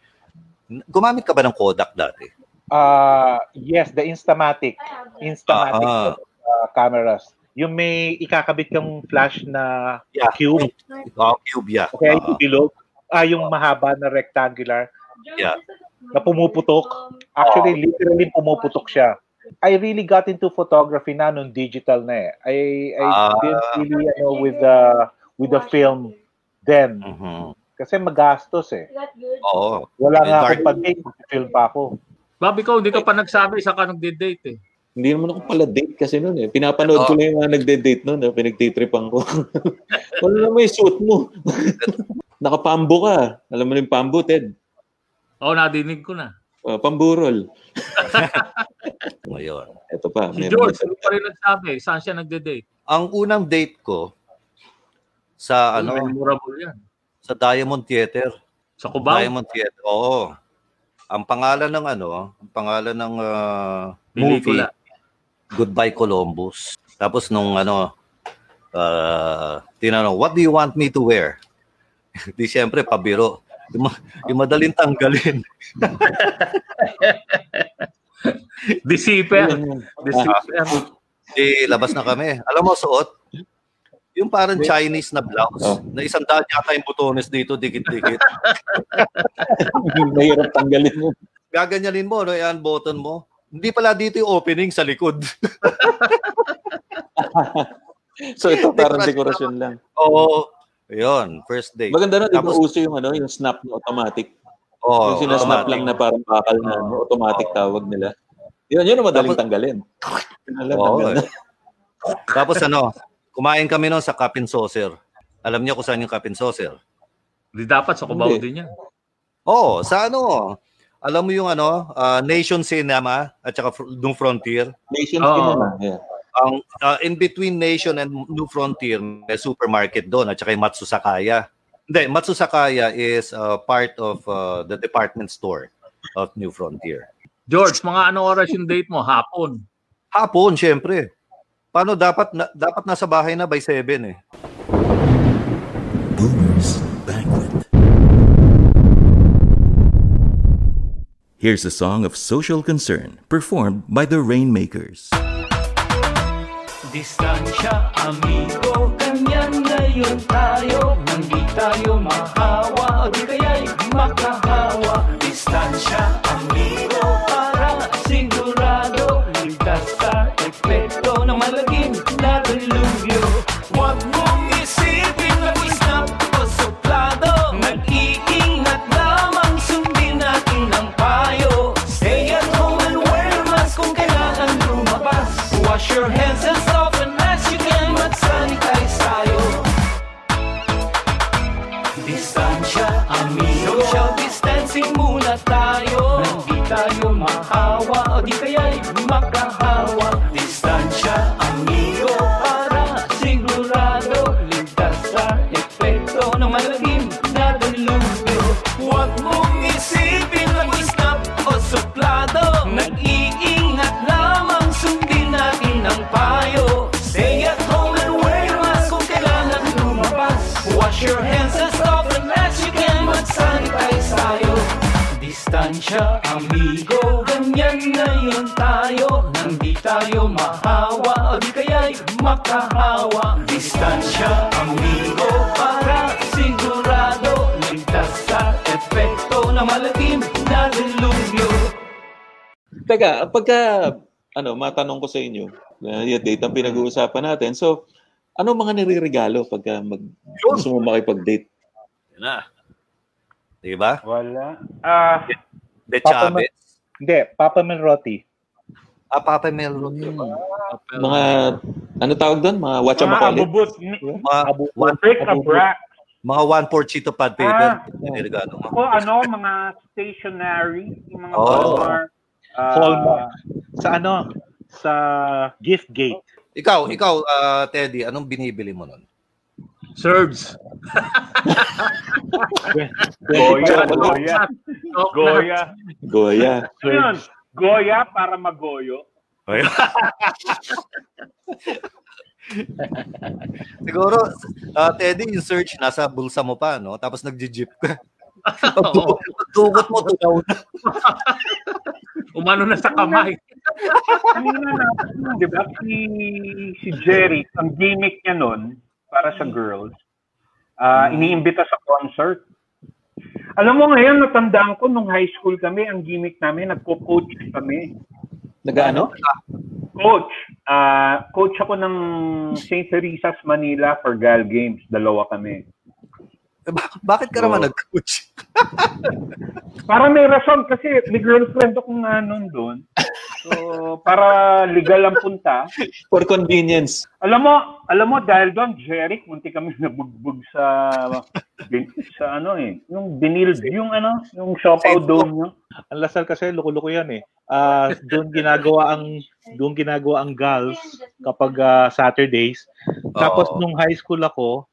Speaker 1: Gumamit ka ba ng Kodak dati?
Speaker 5: Ah, yes, the Instamatic. Instamatic
Speaker 1: Aha.
Speaker 5: uh, cameras. Yung may ikakabit yung flash na
Speaker 1: Yeah.
Speaker 5: cube.
Speaker 1: Oh, cube, yeah. Oo.
Speaker 5: Okay, yung bilog. Ah, yung mahaba na rectangular.
Speaker 1: Yeah.
Speaker 5: Na pumuputok.
Speaker 1: Ah.
Speaker 5: Actually, literally pumuputok siya. I really got into photography na nung digital na eh. I, I
Speaker 1: Ah.
Speaker 5: didn't really, ano, with the, with the film then.
Speaker 1: Mhm.
Speaker 5: Kasi magastos eh.
Speaker 1: Oo.
Speaker 5: Wala nga
Speaker 1: Dark.
Speaker 5: akong pag-take, film pa ako.
Speaker 3: Bob, ikaw, hindi ka pa nagsabi, isa ka nagde-date eh.
Speaker 2: Hindi naman ako pala date kasi noon eh. Pinapanood ko lang yung mga nagde-date noon. Eh. Pinagtitripan ko. Wala naman yung suit mo. Nakapambo ka. Alam mo na yung pambo, Ted.
Speaker 3: Oo, Oh, nadinig ko na.
Speaker 2: Uh, pamburol.
Speaker 1: Ngayon.
Speaker 2: Ito pa.
Speaker 3: Si
Speaker 2: may
Speaker 3: George,
Speaker 2: mga-
Speaker 3: hindi pa rin nagsabi, saan siya nagde-date?
Speaker 1: Ang unang date ko sa
Speaker 3: Ano?
Speaker 1: ano
Speaker 3: Memorable yan.
Speaker 1: sa Diamond Theater.
Speaker 3: Sa Cubao.
Speaker 1: Diamond Theater. Oo. Ang pangalan ng ano, ang pangalan ng ah, movie
Speaker 3: Pelikula.
Speaker 1: Goodbye Columbus. Tapos nung ano ah, tinanong, "What do you want me to wear?" Di siyempre pabiro. Yung, ma- yung madaling tanggalin.
Speaker 3: Deceiver. Deceiver.
Speaker 1: Eh, labas na kami. Alam mo, suot, yung parang Chinese na blouse,
Speaker 2: Oh.
Speaker 1: na isang daan yata yung butones dito, dikit-dikit.
Speaker 2: Mahirap tanggalin mo.
Speaker 1: gaganyanin mo, no, i-unbutton mo. Hindi pala dito yung opening sa likod.
Speaker 2: so ito parang dekorasyon lang.
Speaker 1: Oo. Yun, first date.
Speaker 2: Maganda na, di ba
Speaker 1: Tapos-
Speaker 2: uso yung, ano, yung snap na automatic.
Speaker 1: Oo,
Speaker 2: yung sinasnap
Speaker 1: automatic.
Speaker 2: lang na parang bakal na ano, automatic tawag nila. Yun, yun ang madaling
Speaker 1: Tapos-
Speaker 2: tanggalin. Yun ang lang,
Speaker 1: Oo,
Speaker 2: tanggal na.
Speaker 1: eh. Tapos ano, kumain kami noon sa Cup and Saucer. Alam niyo kung saan yung Cup and Saucer?
Speaker 7: Di dapat sa Cubao
Speaker 2: Hindi.
Speaker 7: din yan.
Speaker 1: Oo, sa ano, alam mo yung ano, ah, Nation Cinema at saka fr- New Frontier.
Speaker 2: Nations
Speaker 7: Oo.
Speaker 2: yun na. Yeah.
Speaker 1: Ang ah, in between Nation and New Frontier, may supermarket doon at saka yung Matsusakaya. Hindi, Matsusakaya is ah, part of ah, the department store of New Frontier.
Speaker 7: George, mga ano oras yung date mo? Hapon.
Speaker 1: Hapon, syempre. Paano dapat na, dapat nasa bahay na by 7 eh.
Speaker 8: Boomers Banquet. Here's a song of social concern performed by the Rainmakers.
Speaker 3: Distansya, amigo, kanyan ngayon tayo Nang di tayo mahawa, o di kaya'y makahawa Distansya, amigo, para sigurado Ligtas sa epekto ng malagim na delubyo Huwag mong isipin na snap o suplado Nag-iingat lamang sundin natin ang payo Stay at home and wear a mask kung kailangan lumabas Wash your hands and soften as you can Mag-sanitize tayo Distansya, amigo Social distancing muna tayo Nang di tayo mahawa O di kaya'y makahawa Distansya, amigo Para sigurado Ligtas sa epekto Ng malagim na delubyo Huwag mong isipin na snap o suplado Nag-iingat lamang Sundin natin ang payo Stay at home and wear a mask Kung kailangan lumabas Wash your hands and soften as you can Mag-sanitize tayo Distansya, amigo Ganyan ngayon tayo Nang di tayo mahawa O di kaya'y makahawa Distansya, amigo Para sigurado Ligtas sa epekto Na malalim na delubyo
Speaker 2: Teka, pagka, ano, matanong ko sa inyo, uh, yung date ang pinag-uusapan natin. So, ano mga niriregalo pagka mag, gusto mo makipag-date?
Speaker 1: Yan na. Diba?
Speaker 4: Wala. Ah,
Speaker 1: De
Speaker 5: Papa Ma-
Speaker 1: Chavez.
Speaker 5: Hindi, Papa Man Roti.
Speaker 1: Ah, Papa Melron yun.
Speaker 2: Mga, ano tawag doon? Mga
Speaker 4: mga
Speaker 2: watchamakalip?
Speaker 4: abubot.
Speaker 1: Mga,
Speaker 5: Abu-
Speaker 1: one,
Speaker 4: Brick a brat.
Speaker 1: mga one fourth sheet of pad paper. Nilagano mo.
Speaker 4: O ano, mga stationary. Yung mga
Speaker 1: Oh.
Speaker 4: Hallmark. ah,
Speaker 5: Hallmark. Sa ano? Sa gift gate.
Speaker 1: Ikaw, ikaw, ah, Teddy, anong binibili mo nun?
Speaker 7: Serbs.
Speaker 4: Goya.
Speaker 2: Ano?
Speaker 4: Goya. Goya.
Speaker 2: Goya.
Speaker 4: Ano yun? Goya para magoyo.
Speaker 1: Siguro, ah, Teddy, yung search, nasa bulsa mo pa, no? Tapos nagji-jeep ka. Pagdu- Pagdugot mo, tugaw na.
Speaker 7: Umano na sa kamay.
Speaker 4: Kanina na, di ba? Si, si Jerry, ang gimmick niya nun, para sa girls, ah iniimbita sa concert. Alam mo ngayon, natandaan ko nung high school kami, ang gimmick namin, nagko-coach kami.
Speaker 2: Nag-ano?
Speaker 4: Coach, ah coach ako ng St. Teresa's Manila for Gal Games. Dalawa kami.
Speaker 1: Bak- Bakit ka naman nag-coach?
Speaker 4: Para may rason kasi may girlfriend ako nga nun doon. So, para legal ang punta.
Speaker 2: For convenience.
Speaker 4: Alam mo, alam mo dahil doon Jeric, munti kami nabugbog sa bin- sa ano eh, yung binild, yung ano, yung Shopaw
Speaker 1: Safe.
Speaker 4: Dome nyo.
Speaker 5: Ang Lasal kasi loko-loko 'yan eh. Ah, doon ginagawa ang doon ginagawa ang gals kapag ah, Saturdays. Tapos
Speaker 1: Oo.
Speaker 5: nung high school ako,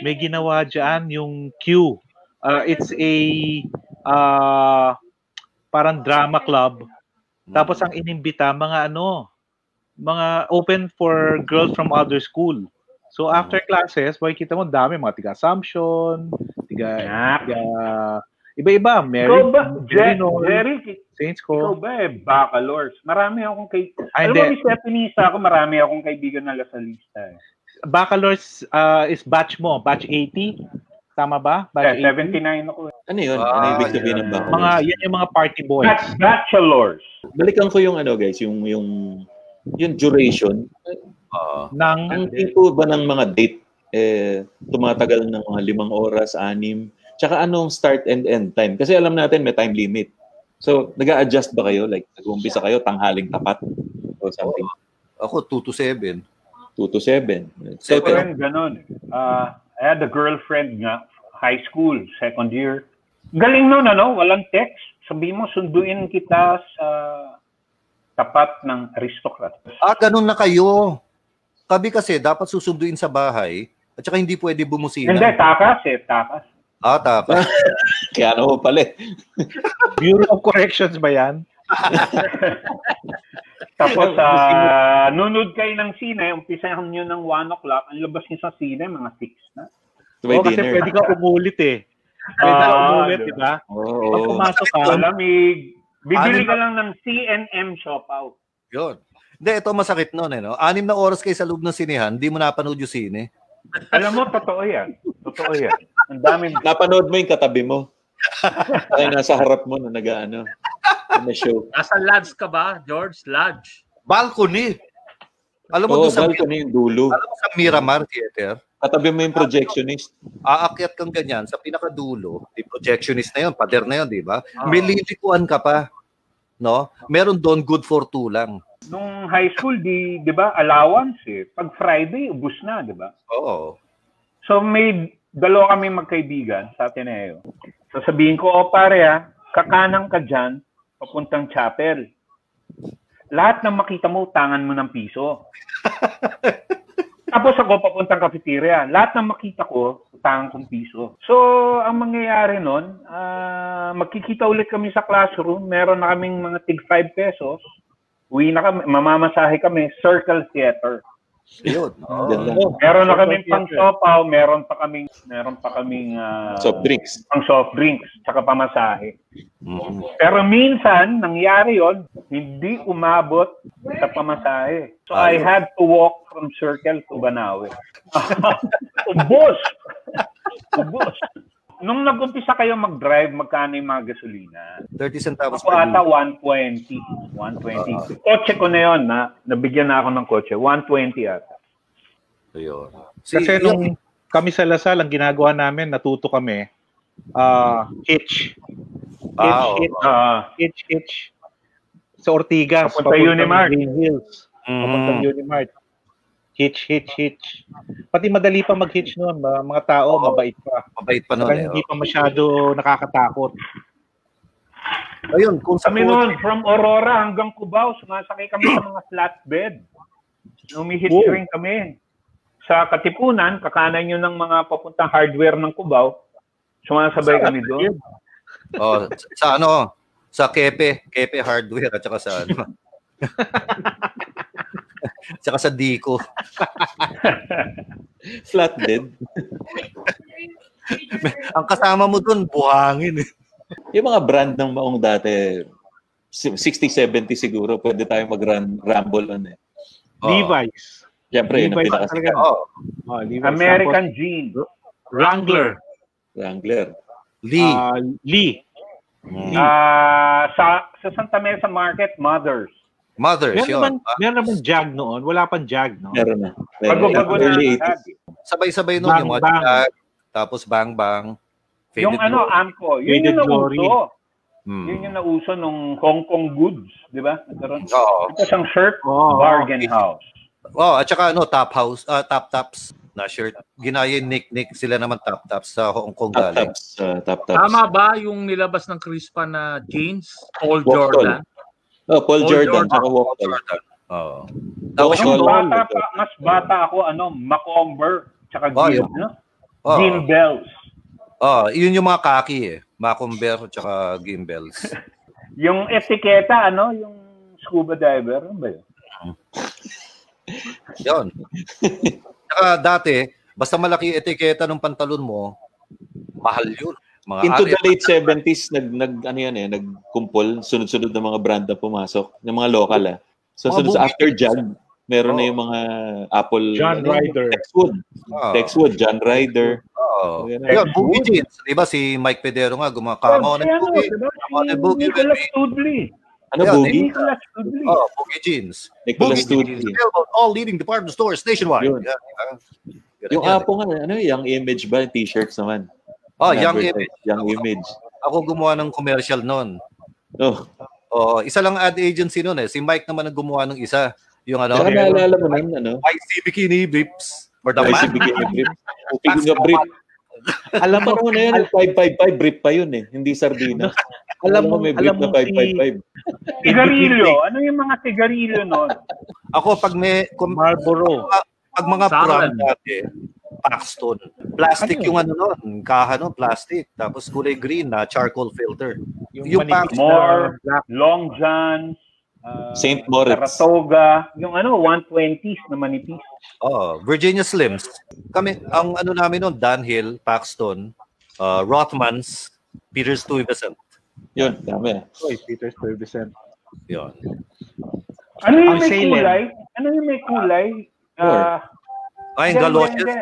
Speaker 5: may ginawa diyan yung Q. Ah, it's a ah, parang drama club. Tapos ang inimbita mga ano, mga open for girls from other school. So after
Speaker 4: Mm.
Speaker 5: classes, makikita mo dami mga tiga Assumption, tiga,
Speaker 4: Yeah.
Speaker 5: tiga iba-iba, Mary,
Speaker 4: Ikaw ba, Je-
Speaker 5: Marino,
Speaker 4: Jeric,
Speaker 5: Saints
Speaker 4: ikaw
Speaker 5: ko.
Speaker 4: ba eh, Bacalors? Marami akong kay...
Speaker 5: Ay,
Speaker 4: alam mo,
Speaker 5: hindi.
Speaker 4: Miss Epinisa ako, marami akong kaibigan na lasalista eh.
Speaker 5: uh, Bacalors ah, is batch mo, batch 80. Tama ba?
Speaker 4: Yeah, 79
Speaker 5: Batch
Speaker 4: Eh, ako.
Speaker 2: Ano yun?
Speaker 1: Ah,
Speaker 2: ano ibig sabihin ng
Speaker 5: eighty?
Speaker 2: backward?
Speaker 5: Mga, yan yung mga party boys.
Speaker 4: Bach- bachelors.
Speaker 2: Balikan ko yung ano guys, yung yung yung duration.
Speaker 1: Ah,
Speaker 5: ng,
Speaker 2: Ang tipo ba ng mga date eh tumatagal ng mga limang oras, anim. Tsaka anong start and end time? Kasi alam natin may time limit. So, nag-a-adjust ba kayo? Like, nag-uumpisa kayo, tanghaling tapat or something.
Speaker 1: ako 2 to 7.
Speaker 2: 2 to 7.
Speaker 1: Seven.
Speaker 2: So, ten-
Speaker 4: Ako rin, ganun. Ah, I had a girlfriend nga, high school, second year. Galing nun, ano? Walang text. Sabi mo, sunduin kita sa tapat ng aristocrat.
Speaker 1: Ah, ganun na kayo. Kami kasi dapat susunduin sa bahay at saka hindi pwede bumusina.
Speaker 4: Hindi, takas eh, takas.
Speaker 1: Ah, tapas.
Speaker 2: kaya ano pala eh.
Speaker 5: Bureau of Corrections ba yan?
Speaker 2: Ay,
Speaker 4: Tapos,
Speaker 2: gusto mo.
Speaker 4: ah, nunod kayo ng sine, umpisahan nyo ng 1 o'clock, ang labas nyo sa sine, mga 6 na.
Speaker 2: May
Speaker 5: Oo, kasi
Speaker 2: dinner.
Speaker 5: pwede ka umulit eh. Pwede ka
Speaker 4: Ah,
Speaker 5: umulit,
Speaker 4: diba?
Speaker 5: di ba? Pag
Speaker 2: Oo.
Speaker 5: pumasok ka,
Speaker 1: Ah.
Speaker 4: Malamig. Bibili
Speaker 1: Ano
Speaker 4: ka lang ng C&M shop out.
Speaker 1: Yun. Hindi, ito masakit nun eh. No? Anim na oras kayo sa loob ng sinehan, hindi mo napanood yung sine.
Speaker 4: Alam mo, totoo yan. Totoo yan. Ang daming
Speaker 2: Napanood mo yung katabi mo. Ay, nasa harap mo na nag-ano. Na show.
Speaker 3: Nasa lodge ka ba, George? Lodge.
Speaker 1: Balcony! Alam mo,
Speaker 2: Oo,
Speaker 1: doon sa,
Speaker 2: Oh, balcony yung dulo.
Speaker 1: alam mo sa Miramar Theater,
Speaker 2: Katabi mo yung projectionist.
Speaker 1: aakyat kang ganyan sa pinakadulo, di projectionist na yun, pader na yun, di ba?
Speaker 4: Ah.
Speaker 1: May lilikuan ka pa. No? Meron doon good for two lang.
Speaker 4: Nung high school, di, di ba, allowance eh. Pag Friday, ubus na, di ba?
Speaker 1: Oo.
Speaker 4: So may dalawa kami magkaibigan sa Ateneo. So sabihin ko, o pare ha, kakanang ka dyan, papuntang chapel. Lahat ng makita mo, tangan mo ng piso. Tapos ako papuntang cafeteria. Lahat ng makita ko, tangan kong piso. So, ang mangyayari nun, ah, magkikita ulit kami sa classroom. Meron na kaming mga tig 5 pesos. Uwi na kami, mamamasahe kami, circle theater.
Speaker 1: Yun. Oo.
Speaker 4: Ah.
Speaker 2: Ganda.
Speaker 4: Meron na kaming
Speaker 5: Sobrang
Speaker 4: pang
Speaker 5: theater.
Speaker 4: sopaw, meron pa kaming meron pa kaming ah,
Speaker 2: Soft drinks.
Speaker 4: pang soft drinks tsaka pamasahe.
Speaker 1: Mm.
Speaker 4: Pero minsan nangyari 'yon, hindi umabot sa pamasahe. So I
Speaker 1: Ayun.
Speaker 4: had to walk from Circle to Banawe. Ubos. Ubos. Nung nag-umpisa kayo mag-drive, magkano yung mga gasolina?
Speaker 1: 30 centavos
Speaker 4: Ako ata 120. 120. Kotse ko na yon na nabigyan na ako ng kotse. 120 ata.
Speaker 1: Ayun. Si,
Speaker 5: kasi
Speaker 1: yun,
Speaker 5: nung kami sa Lasal, ang ginagawa namin, natuto kami, ah hitch. Hitch,
Speaker 1: Ah, oo.
Speaker 5: hitch,
Speaker 4: Ah.
Speaker 5: hitch, hitch. Sa Ortigas.
Speaker 4: Papunta Unimart.
Speaker 5: Green Hills. Papunta
Speaker 1: Mm.
Speaker 5: Unimart. Hitch, hitch, hitch. Pati madali pa mag-hitch noon. Mga, mga tao, mabait pa.
Speaker 1: mabait
Speaker 2: Ano,
Speaker 1: pa nun
Speaker 5: Parang
Speaker 1: eh.
Speaker 5: hindi pa masyado nakakatakot.
Speaker 1: oh. Ayun, kung sa
Speaker 4: Kami
Speaker 5: eh.
Speaker 4: noon, from Aurora hanggang Cubao, sumasakay kami sa mga flatbed.
Speaker 5: Wow.
Speaker 4: Umihitring kami. Sa Katipunan, kakanan yun ng mga papuntang hardware ng Cubao. Sumasabay kami doon.
Speaker 1: Oh, sa, sa ano, sa Kepe, Kepe Hardware at saka sa ano. Tsaka sa Dico.
Speaker 2: Flatbed.
Speaker 1: Ang kasama mo doon, buhangin. eh.
Speaker 2: Yung mga brand ng maong dati, si- 60, 70 siguro, pwede tayo mag-ramble on eh.
Speaker 1: Oo.
Speaker 5: Levi's.
Speaker 2: Siyempre, yun ang
Speaker 5: Levi's
Speaker 2: pinaka
Speaker 5: talaga.
Speaker 1: Oh,
Speaker 5: Oh,
Speaker 4: Ah,
Speaker 5: Levi's.
Speaker 4: American jeans.
Speaker 3: Wrangler.
Speaker 2: Wrangler.
Speaker 1: Lee.
Speaker 5: Tapos, ah, Lee.
Speaker 2: Mm.
Speaker 4: Ah, sa, sa Santa Mesa Market, Mothers.
Speaker 1: Mothers,
Speaker 5: Meron naman,
Speaker 1: yun. Ah,
Speaker 5: meron naman jag noon. Wala pang jag, no?
Speaker 2: Meron na. Meron
Speaker 4: Bago-bago na.
Speaker 2: Early
Speaker 4: ang
Speaker 2: 80s.
Speaker 4: tag.
Speaker 1: Sabay-sabay nun yung
Speaker 5: Bang
Speaker 1: mga
Speaker 5: Bang.
Speaker 1: tiyag, tapos Bang Bang.
Speaker 4: Yung
Speaker 1: Faded
Speaker 4: ano,
Speaker 1: Blue.
Speaker 4: Amco. Yun
Speaker 5: Faded
Speaker 4: yung
Speaker 5: Glory.
Speaker 4: nauso.
Speaker 1: Hmm.
Speaker 4: Yun yung nauso nung Hong Kong goods. Di ba? Nagkaroon.
Speaker 1: Oo.
Speaker 4: Isang shirt,
Speaker 5: Oo.
Speaker 4: bargain house.
Speaker 1: Oh, at saka ano, Top House, ah, Top Tops na shirt. Ginaya yung Nick Nick, sila naman Top Tops sa Hong Kong
Speaker 2: Top
Speaker 1: galing.
Speaker 2: tops. ah, top tops.
Speaker 3: Tama ba yung nilabas ng Crispa na jeans? Paul
Speaker 2: Walk
Speaker 3: Jordan.
Speaker 2: Oh, Paul
Speaker 3: Paul
Speaker 2: Jordan.
Speaker 3: Jordan.
Speaker 2: Saka Walk Tall.
Speaker 1: Jordan. Oo.
Speaker 2: Tapos
Speaker 1: Oh. Tapos
Speaker 4: Yung
Speaker 2: Tol.
Speaker 4: bata pa, mas bata ako, ano, Macomber, tsaka
Speaker 1: Oh,
Speaker 4: Gil,
Speaker 1: yun.
Speaker 4: no?
Speaker 1: Oh.
Speaker 4: Gil Bells.
Speaker 1: Oh, yun yung mga kaki eh. Macomber tsaka gimbals.
Speaker 4: Yung etiketa, ano, yung scuba diver, ano ba yun?
Speaker 1: Yun. Tsaka dati, basta malaki yung etiketa ng pantalon mo, mahal yun. Mga
Speaker 2: Into the
Speaker 1: RM.
Speaker 2: late 70s, nag, nag, ano yan eh, nagkumpol, sunod-sunod na mga brand na pumasok, ng mga local ah. So,
Speaker 1: Mga
Speaker 2: sunod sa
Speaker 1: boobies.
Speaker 2: After Jag, Meron na yung mga Apple.
Speaker 5: John
Speaker 2: ano,
Speaker 5: Ryder.
Speaker 2: Textwood.
Speaker 1: Oh.
Speaker 2: Textwood, John Ryder.
Speaker 1: Oh.
Speaker 2: Ayan na.
Speaker 1: Ayun, Boogie Jeans. Diba si Mike Pedero nga, gumakamao ng
Speaker 4: si ano,
Speaker 1: Boogie.
Speaker 4: diba?
Speaker 1: Ako na
Speaker 4: Si
Speaker 1: Boogie,
Speaker 4: Nicholas
Speaker 1: baby.
Speaker 4: Tudley.
Speaker 2: Ano,
Speaker 1: Ayun,
Speaker 4: Si
Speaker 2: Boogie?
Speaker 4: Nicholas Tudley.
Speaker 1: Oh, Boogie Jeans.
Speaker 2: Nicholas
Speaker 1: Boogie
Speaker 2: Tudley.
Speaker 1: Jeans. Available at all leading department stores nationwide.
Speaker 2: Yun.
Speaker 1: Yan, diba? Ganun
Speaker 2: Yung
Speaker 1: yan. eh.
Speaker 2: Apo nga, ano, Young Image ba? T-shirts naman.
Speaker 1: Oh, Young
Speaker 2: Number-
Speaker 1: Image.
Speaker 2: Young Image.
Speaker 1: Ako gumawa ng commercial noon.
Speaker 2: Oh,
Speaker 1: Oh, isa lang ad agency noon eh. Si Mike naman ang gumawa ng isa. Yung ano,
Speaker 2: Saka naalala mo nun, ano?
Speaker 1: YC Bikini Blips. Or the
Speaker 2: Ay,
Speaker 1: man.
Speaker 2: si Bikini Brief. Pigun nga brief. Alam mo naman na yun, 555 brief pa yun eh, hindi sardina. Alam mo, may brief na
Speaker 5: alam mo si-
Speaker 2: 555.
Speaker 4: Sigarilyo. Ano yung mga sigarilyo noon?
Speaker 1: Ako pag may kung-
Speaker 5: Marlboro.
Speaker 1: pag mga
Speaker 3: Saan?
Speaker 1: pram dati, Paxton. Plastic yung ano nun, kaha nun, plastic. Tapos kulay green na charcoal filter. Yung
Speaker 4: pang-
Speaker 5: manipis na
Speaker 4: More.
Speaker 5: black.
Speaker 4: Long John. Uh,
Speaker 2: St. Moritz.
Speaker 4: Saratoga. Yung ano, 120s na manipis.
Speaker 1: Oh, Virginia Slims. Kami, ang ano namin nun, Dan Hill, Paxton, uh, Rothmans, Peter Stuyvesant.
Speaker 2: Yun, dami. ah.
Speaker 5: Oy, Peter Stuyvesant.
Speaker 1: Yun.
Speaker 4: Ano yung
Speaker 5: Ang
Speaker 4: may
Speaker 5: Salem.
Speaker 4: kulay? Ano yung may kulay? Ah,
Speaker 1: Ay,
Speaker 4: hindi,
Speaker 1: galoshes.
Speaker 4: hindi.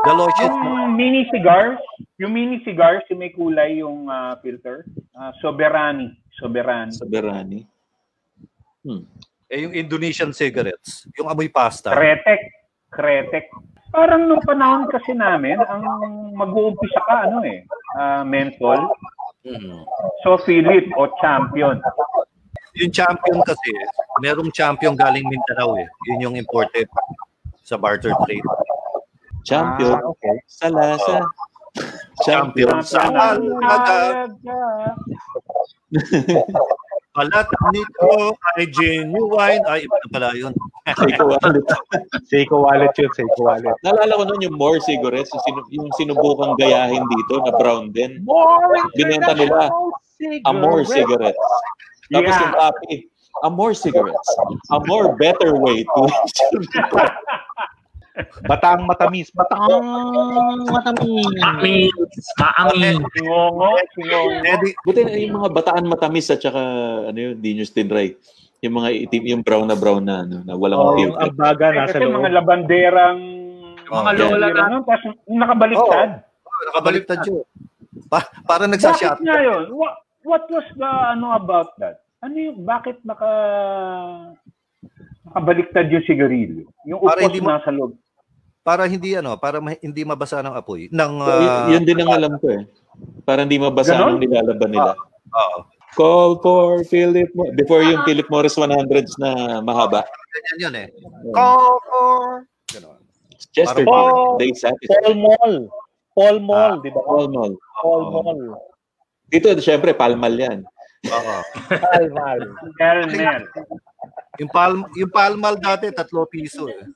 Speaker 1: Galoshes.
Speaker 4: Yung mini cigars, yung mini cigars, yung may kulay yung ah, filter. Ah, Soberani. Soberani.
Speaker 2: Sa Berani.
Speaker 1: Eh, yung Indonesian cigarettes. Yung amoy pasta.
Speaker 4: Kretek. Kretek. Parang nung panahon kasi namin, ang mag-uumpisa ka, ano eh, ah, menthol.
Speaker 1: Mm.
Speaker 4: So, Philip o Champion.
Speaker 1: Yung champion kasi, merong champion galing Mindanao eh. Yun yung imported sa barter trade.
Speaker 2: Champion.
Speaker 5: Ah, okay.
Speaker 2: Sa lasa. Champion.
Speaker 1: Saan nag- Palat nito ay genuine. Ay, iba na pala yun.
Speaker 2: Ikaw, Alip.
Speaker 5: Seiko wallet yun, Seiko wallet.
Speaker 2: Naalala ko nun yung more cigarettes, yung, sinu- yung sinubukang gayahin dito na brown din. Binenta nila. Amor cigarettes. Tapos
Speaker 4: Yeah.
Speaker 2: yung copy, Amor cigarettes. Amor better way to
Speaker 5: Batang matamis. Batang matamis.
Speaker 3: Amin. Maamin.
Speaker 4: Singongo, singongo.
Speaker 1: Eddie,
Speaker 2: Buti na yung mga bataan matamis at saka ano yun, di nyo stinray. Yung mga itim, yung brown na brown na, ano, na walang
Speaker 5: Oh,
Speaker 2: filter.
Speaker 5: ang baga
Speaker 4: Eh,
Speaker 5: nasa
Speaker 4: Kasi mga
Speaker 5: loob.
Speaker 4: labanderang
Speaker 1: mga
Speaker 3: lola
Speaker 4: na. Ano, tapos yung nakabaliktad.
Speaker 1: nakabaliktad yun. Pa- para nagsashot.
Speaker 4: Bakit nga yun? What, what was the ano about that? Ano yung, bakit naka, nakabaliktad yung sigarilyo? Yung upos
Speaker 1: Para hindi mo-
Speaker 4: nasa loob.
Speaker 1: Para hindi ano, para ma- hindi mabasa ng apoy. Ng,
Speaker 2: So,
Speaker 1: ah,
Speaker 2: yun, yun din ang alam ko eh. Para hindi mabasa
Speaker 4: Ganon?
Speaker 2: ang nilalaban nila.
Speaker 1: oo.
Speaker 2: Call for Philip Mo- Before yung Philip Morris 100s na mahaba.
Speaker 1: ganyan yun eh. Call for... Ganun.
Speaker 2: Chesterfield.
Speaker 5: Parang-
Speaker 2: they satisfy.
Speaker 5: Paul Mall. Paul Mall, di ba?
Speaker 2: All in all.
Speaker 5: Paul
Speaker 1: Oo.
Speaker 5: Mall.
Speaker 2: Dito, syempre, palmal yan.
Speaker 1: Oo.
Speaker 5: Paul Mall.
Speaker 4: Nel, nel.
Speaker 1: Yung, palm, yung palmal dati, tatlo piso eh.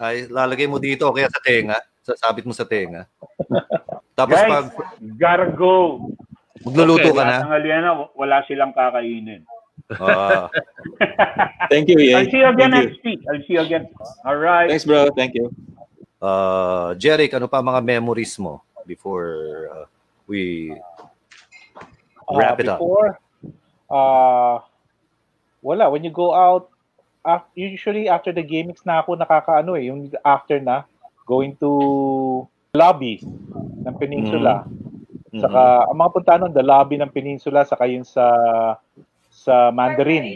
Speaker 1: Ay, lalagay mo dito o kaya sa tenga. Sasabit mo sa tenga. Tapos
Speaker 4: Guys,
Speaker 1: pag
Speaker 4: gotta go.
Speaker 1: magluluto ka na.
Speaker 4: Wala tanghalian na, wala silang kakainin.
Speaker 1: ah,
Speaker 2: Thank you, Ian.
Speaker 4: I'll see you again
Speaker 2: Thank you.
Speaker 4: next week. I'll see you again. All right.
Speaker 2: Thanks, bro. Thank you.
Speaker 1: ah, Jeric, ano pa mga memories mo before ah, we wrap
Speaker 5: Uh,
Speaker 1: it up?
Speaker 5: before, uh, wala. When you go out, af- usually after the gamings na ako nakakaano eh, yung after na, going to lobby ng peninsula.
Speaker 1: Mhm.
Speaker 5: Saka, ang mga puntahan nun, the lobby ng peninsula, saka yun sa sa Mandarin.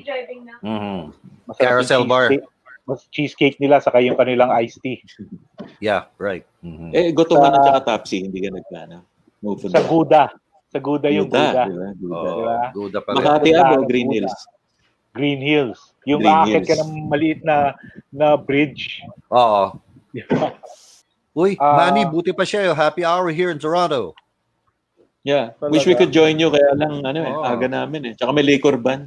Speaker 1: Mhm.
Speaker 5: Masarap yung
Speaker 1: Carousel bar.
Speaker 5: cheesecake- Mas cheesecake nila, saka yung kanilang iced tea.
Speaker 1: Yeah, right. Mhm.
Speaker 2: Eh, gutuman at
Speaker 5: Sa-
Speaker 2: saka Tapsi, hindi ka nagplano. Move
Speaker 5: Sa Guda. Sa Guda yung Guda.
Speaker 1: Oo,
Speaker 5: diba?
Speaker 1: Guda Oh, pa rin.
Speaker 2: Makati ako, Green Hills.
Speaker 5: Green Hills. Yung
Speaker 2: Green
Speaker 5: aakyat ka
Speaker 2: Hills.
Speaker 5: ng maliit na na bridge.
Speaker 1: Oo.
Speaker 5: Di
Speaker 1: Uy,
Speaker 5: Ah.
Speaker 1: Manny, buti pa siya. oh. Happy hour here in Toronto.
Speaker 2: Yeah.
Speaker 5: Talaga.
Speaker 2: Wish we could join you, kaya lang, ano eh,
Speaker 1: Oo.
Speaker 2: aga namin eh. Tsaka may liquor ban.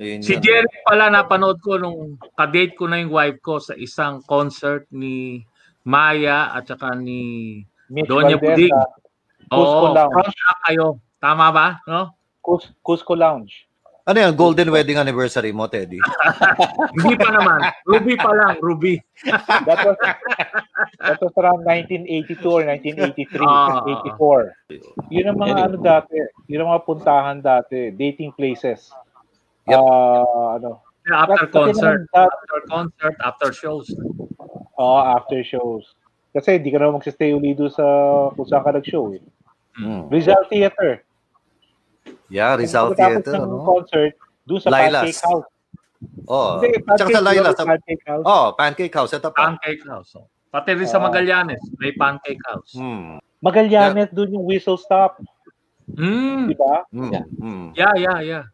Speaker 1: Ayun
Speaker 3: Si
Speaker 1: yun.
Speaker 3: Jerry pala napanood ko nung kadate ko na yung wife ko sa isang concert ni Maya at saka ni
Speaker 5: Mitch
Speaker 3: Doña
Speaker 5: Valdez,
Speaker 3: Buding.
Speaker 5: ah, Cusco
Speaker 3: Oo,
Speaker 5: Lounge.
Speaker 3: count up kayo. Tama ba? No?
Speaker 5: Cus- Cusco Lounge.
Speaker 1: Ano yan? Golden wedding anniversary mo, Teddy?
Speaker 3: Hindi pa naman. Ruby pa lang, Ruby.
Speaker 5: That was, that was around 1982 or 1983,
Speaker 3: Ah.
Speaker 5: 84. Yun ang mga
Speaker 2: Anyway.
Speaker 5: ano dati, yun ang mga puntahan dati, dating places.
Speaker 1: Yep.
Speaker 5: Ah, ano,
Speaker 3: after
Speaker 5: Kasi
Speaker 3: concert.
Speaker 5: naman dat-
Speaker 3: After concert, after shows.
Speaker 5: Oo, after shows. Kasi hindi ka naman magsistay uli doon sa kung saan ka nag-show eh.
Speaker 1: Mm.
Speaker 5: Rizal Theater.
Speaker 1: Yeah, Rizal
Speaker 5: Pagkatapos
Speaker 1: Theater. ano?
Speaker 5: ng
Speaker 1: No?
Speaker 5: concert, doon sa
Speaker 1: Lilas.
Speaker 5: Pancake House.
Speaker 1: Oh.
Speaker 5: Hindi,
Speaker 1: Tsaka sa
Speaker 5: Pancake
Speaker 1: Laila.
Speaker 5: House,
Speaker 1: Sa...
Speaker 5: Pancake House.
Speaker 1: Oh, Pancake House. Ito pa.
Speaker 3: Pancake house. oh. Pati rin sa
Speaker 5: Ah.
Speaker 3: Magallanes, may pancake house.
Speaker 1: Mm.
Speaker 5: Magallanes, doon yung whistle stop.
Speaker 3: Mm.
Speaker 5: Di ba?
Speaker 1: Mm.
Speaker 2: Yeah.
Speaker 1: Mm.
Speaker 3: Yeah, yeah, yeah.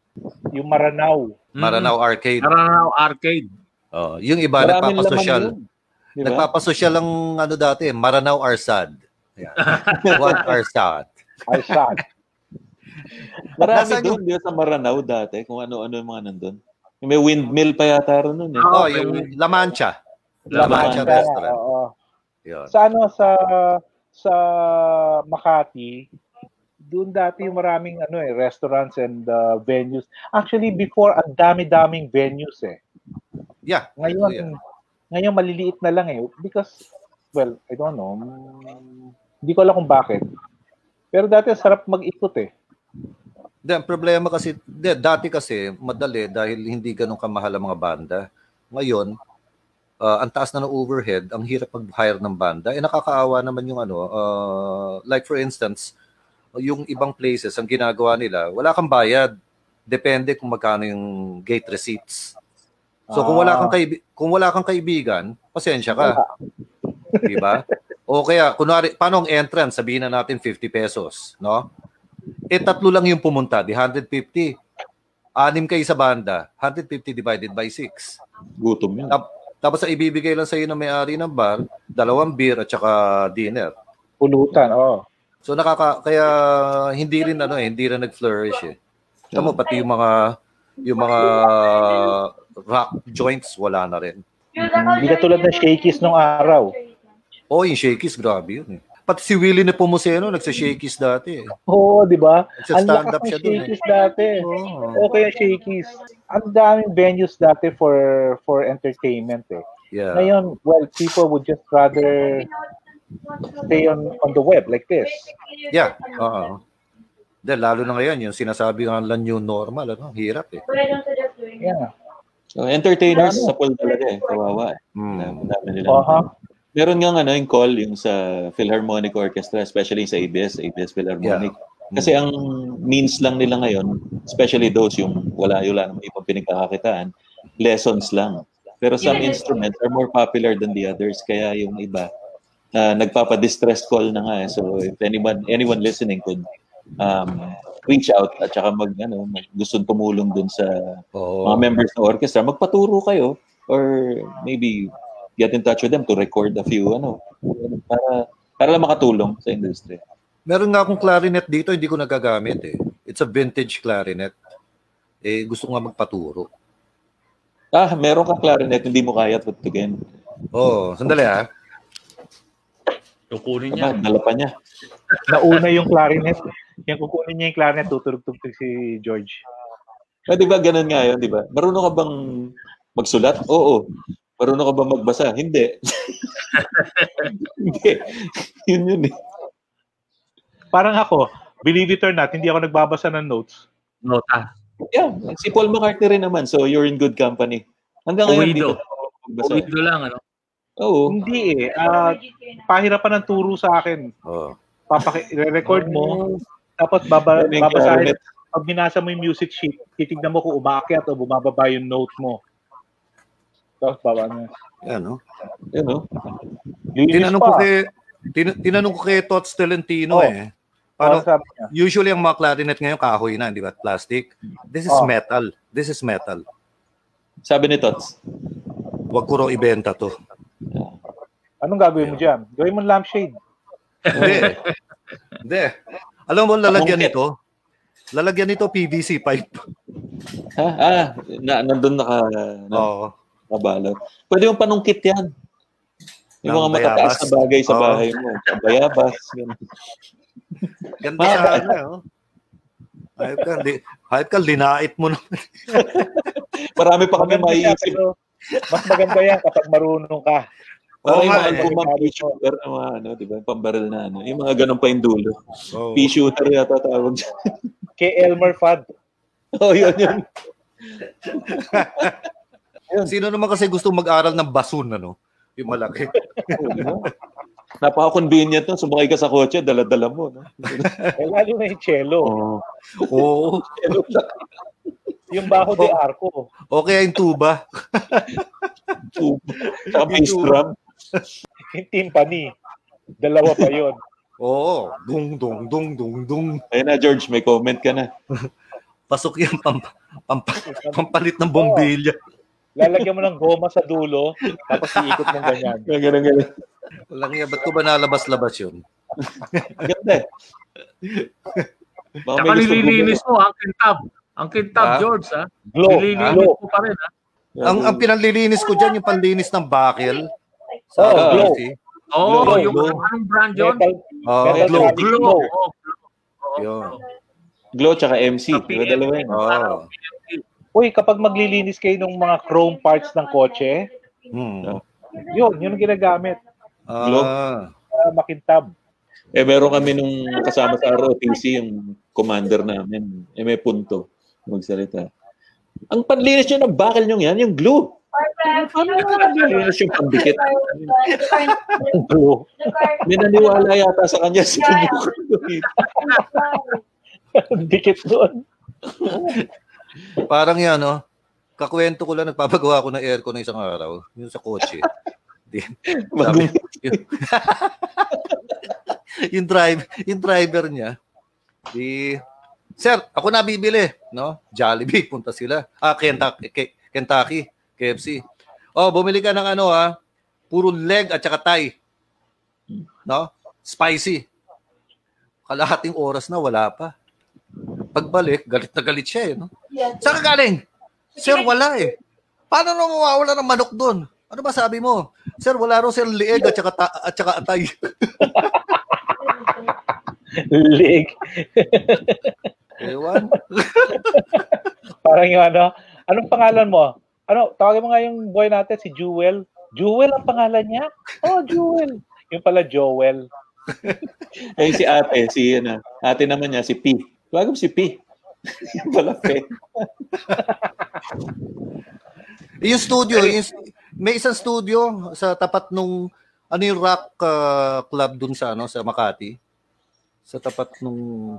Speaker 5: Yung Maranao.
Speaker 3: Mm.
Speaker 1: Maranao Arcade.
Speaker 3: Maranao Arcade.
Speaker 1: Oh, yung iba
Speaker 2: Maraming
Speaker 1: nagpapasosyal.
Speaker 2: laman yun. Di ba?
Speaker 1: Nagpapasosyal ang ano dati, Maranao Arsad. Ayan. Juan Arsad.
Speaker 5: Ay, sad.
Speaker 2: Marami
Speaker 1: Nasaan
Speaker 2: doon, di ba, sa Maranao dati, kung ano-ano yung mga nandun. Yung May windmill pa yata rin nun. Eh.
Speaker 3: Ah,
Speaker 1: Oh,
Speaker 3: okay.
Speaker 1: yung La Mancha. La
Speaker 3: Laban.
Speaker 1: Mancha
Speaker 5: Sa-
Speaker 1: Restaurant.
Speaker 5: oo.
Speaker 1: Yun.
Speaker 5: Sa ano, sa, sa Makati, doon dati yung maraming ano eh, restaurants and uh, venues. Actually, before, ang dami-daming venues eh.
Speaker 1: Yeah.
Speaker 5: Ngayon,
Speaker 1: Yeah.
Speaker 5: ngayon maliliit na lang eh. Because, well, I don't know. mm, Hindi ko alam kung bakit. Pero dati, sarap mag-ikot eh.
Speaker 1: Hindi, ang problema kasi, hindi, dati kasi, madali dahil hindi ganun kamahal ang mga banda. Ngayon, ah, ang taas na ng overhead, ang hirap mag-hire ng banda. Eh, nakakaawa naman yung ano, ah, like for instance, yung ibang places, ang ginagawa nila, wala kang bayad. Depende kung magkano yung gate receipts. So kung wala kang kaibi- kung wala kang kaibigan, pasensya ka. 'Di ba? O kaya kunwari paano ang entrance sabihin na natin 50 pesos, no? Eh tatlo lang yung pumunta, di 150. Anim kayo sa banda, 150 divided by 6.
Speaker 2: Gutom yun.
Speaker 1: Tap- tapos ang ibibigay lang sa iyo ng may-ari ng bar, dalawang beer at saka dinner.
Speaker 5: Pulutan, oo.
Speaker 1: So nakaka kaya hindi rin ano eh, hindi rin nag-flourish eh. Alam mo pati yung mga yung mga rock joints wala na rin.
Speaker 5: Hindi ka tulad ng shakies nung araw.
Speaker 1: Oh, yung shakies, grabe yun eh. Pati si Willie na Pumuseno, nagsa-shakies dati eh.
Speaker 5: Oo, di ba? Ang
Speaker 1: Nagsa-stand
Speaker 5: lakas
Speaker 1: up
Speaker 5: ng
Speaker 1: siya doon eh.
Speaker 5: shakies dati.
Speaker 1: Oo.
Speaker 5: Okay Ano, ang shakies. Ang daming venues dati for for entertainment eh.
Speaker 1: Yeah.
Speaker 5: Ngayon, well, people would just rather eh, stay on on the web like this.
Speaker 1: Yeah. Oo. Dahil lalo na ngayon, yung sinasabi nga lang new normal, ano, hirap eh.
Speaker 5: Yeah.
Speaker 2: So, entertainers sa pool talaga eh. Kawawa eh.
Speaker 1: Mm.
Speaker 2: Ang dami nila.
Speaker 5: Aha.
Speaker 2: Meron nga ano yung call yung sa Philharmonic Orchestra, especially sa ABS, ABS Philharmonic. Kasi ang means lang nila ngayon, especially those yung wala yung wala namang ibang pinagkakakitaan, lessons lang. Pero some instruments are more popular than the others kaya yung iba ah, nagpapa-distress call na nga eh. So if anyone anyone listening could um, reach out at saka mag ano, mag, gusto tumulong dun sa mga
Speaker 1: Oo.
Speaker 2: members ng orchestra, magpaturo kayo or maybe get in touch with them to record a few ano para para lang makatulong sa industry.
Speaker 1: Meron nga akong clarinet dito, hindi ko nagagamit eh. It's a vintage clarinet. Eh, gusto ko nga magpaturo.
Speaker 2: Ah, meron kang clarinet, hindi mo kaya tutugin.
Speaker 1: Oo, oh, sandali ah.
Speaker 3: Kukunin
Speaker 2: Ah,
Speaker 3: niya.
Speaker 2: dala pa niya.
Speaker 5: Nauna yung clarinet. Yung kukunin niya yung clarinet, tuturog-tugtog si George.
Speaker 2: Ah, di ba ganun nga yun, di ba? Marunong ka bang magsulat? Oo. Marunong ka bang magbasa? Hindi. hindi. Yun yun eh.
Speaker 5: Parang ako, believe it or not, hindi ako nagbabasa ng notes.
Speaker 3: Nota.
Speaker 2: Yeah, si Paul McCartney rin naman, so you're in good company. Hanggang ngayon, hindi
Speaker 3: Uwido.
Speaker 2: pa siya magbasa.
Speaker 3: Uwido lang, ano?
Speaker 2: Oo.
Speaker 5: Hindi eh. Ah, pahirapan ng turo sa akin.
Speaker 1: Oo.
Speaker 5: Papaki-record mo, tapos baba,
Speaker 2: Yun yung
Speaker 5: babasahin
Speaker 2: clarinet.
Speaker 5: pag binasa mo yung music sheet, titignan mo kung umaakyat o bumababa yung note mo. Tapos baba na.
Speaker 1: Yan, no?
Speaker 2: Yun, oh.
Speaker 5: Linis
Speaker 1: Tinanong
Speaker 5: pa.
Speaker 1: ko kay tin- tinanong ko kay Tots Tolentino
Speaker 5: Oh.
Speaker 1: eh. Paano,
Speaker 5: Parang sabi niya,
Speaker 1: usually ang mga clarinet ngayon kahoy na, di ba? Plastic. This is
Speaker 5: Oh.
Speaker 1: metal. This is metal.
Speaker 2: Sabi ni Tots.
Speaker 1: Huwag ko raw ibenta to.
Speaker 5: Anong gagawin mo dyan? Gawin mo lampshade.
Speaker 1: Hindi. Hindi. Alam mo, lalagyan nito, lalagyan nito PVC pipe.
Speaker 2: Ha? Ah, na, nandun naka, na,
Speaker 5: Oh.
Speaker 1: Oo.
Speaker 2: nabalot. Pwede yung panungkit yan. Yung
Speaker 1: Ng
Speaker 2: mga
Speaker 1: bayabas.
Speaker 2: matataas
Speaker 1: Oh.
Speaker 2: na bagay sa
Speaker 1: Oo.
Speaker 2: bahay mo. Sa Bayabas. ganun.
Speaker 1: Ganda sana, oh. Hype ka, li- hype ka, linait mo na.
Speaker 2: Marami pa kami
Speaker 5: Maganda siya,
Speaker 2: maiisip.
Speaker 5: pero mas maganda yan kapag marunong ka.
Speaker 1: Oo
Speaker 2: Para yung
Speaker 1: nga,
Speaker 2: mga
Speaker 1: eh.
Speaker 2: albumang pea shooter, yung mga ano, di ba? Pambaril na ano. Yung mga ganun pa yung dulo.
Speaker 1: Oo.
Speaker 2: Pea shooter yata tawag dyan.
Speaker 5: Kay Elmer Fudd.
Speaker 2: oh, yun, yun.
Speaker 1: Sino naman kasi gusto mag-aral ng basun, ano? Yung malaki.
Speaker 2: Napaka-convenient nun. Sumakay ka sa kotse, dala-dala mo. No?
Speaker 5: Eh, lalo na yung cello.
Speaker 1: Oh.
Speaker 2: Oo.
Speaker 1: Oo.
Speaker 5: Yung baho de arco.
Speaker 1: Okay, yung tuba.
Speaker 2: Tuba. Saka bass drum.
Speaker 5: Yung timpani. Dalawa pa yun.
Speaker 1: Oo. Dung, dung, dung, dung, dung.
Speaker 2: Ayun na, George, may comment ka na.
Speaker 1: Pasok yan pam, pam, pampalit ng bombilya.
Speaker 5: Lalagyan mo ng goma sa dulo, tapos iikot mo ganyan.
Speaker 2: Ganun, ganun.
Speaker 1: Walang iya, ba't ko ba nalabas-labas yun?
Speaker 2: Ganda eh. Baka
Speaker 3: Tsaka
Speaker 2: may gusto
Speaker 3: nililinis mo ah, ang kintab. Ang kintab,
Speaker 1: Ah.
Speaker 3: George, ha?
Speaker 5: Glow.
Speaker 3: Nililinis
Speaker 5: Glow.
Speaker 3: mo pa rin, ah. ha?
Speaker 2: bumili.
Speaker 1: Ang, ang pinanlilinis ko dyan, yung panlinis ng bakil.
Speaker 5: Oh,
Speaker 1: Sa
Speaker 5: glow.
Speaker 1: RC.
Speaker 3: Oo,
Speaker 5: Glow,
Speaker 3: yung
Speaker 1: glow.
Speaker 3: anong brand yun?
Speaker 5: Metal,
Speaker 1: Oh,
Speaker 5: Metal
Speaker 1: glow.
Speaker 5: Trading
Speaker 3: Glow.
Speaker 5: Glow.
Speaker 3: Oh, glow. Oo,
Speaker 1: Yun.
Speaker 2: Glow tsaka MC.
Speaker 3: Sa
Speaker 2: Diba dalawa yun?
Speaker 1: Oo.
Speaker 3: Parang
Speaker 5: Uy, kapag maglilinis kayo ng mga chrome parts ng kotse,
Speaker 1: Hmm.
Speaker 5: yun, yun ang ginagamit.
Speaker 2: Glow.
Speaker 1: Ah.
Speaker 5: para makintab.
Speaker 2: Eh, meron kami nung kasama sa ROTC, yung commander namin. Eh, may punto. Magsalita. Ang panlinis nyo ng bakal nyo yan, yung glue. Panlinis yung pandikit.
Speaker 5: Glue.
Speaker 2: May naniwala yata sa kanya si Kinyoko.
Speaker 5: Dikit doon.
Speaker 1: Parang yan, no? Kakwento ko lang, nagpapagawa ako ng aircon na isang araw. Yun sa kotse.
Speaker 2: Bagong
Speaker 1: yung, drive, yung driver niya, di, Sir, ako na bibili, no? Jollibee, punta sila. Ah, Kentucky, K- Kentucky KFC. Oh, bumili ka ng ano, ha? Puro leg at saka thigh. No? Spicy. Kalahating oras na, wala pa. Pagbalik, galit na galit siya, eh, no? Saan ka galing? Sir, wala eh. Paano nung mawawala ng manok doon? Ano ba sabi mo? Sir, wala raw sir lieg at saka, ta- at saka atay.
Speaker 5: Leg.
Speaker 1: Ewan.
Speaker 5: Parang yung ano. Anong pangalan mo? Ano, tawagin mo nga yung boy natin, si Jewel. Jewel ang pangalan niya? Oh, Jewel. Yung pala Joel.
Speaker 2: Eh, si ate, si ano, ate naman niya, si P. Tawag mo si P. Yung pala, P.
Speaker 1: Yung studio, yung, may isang studio sa tapat nung ano yung rock ah, club dun sa ano sa Makati. Sa tapat nung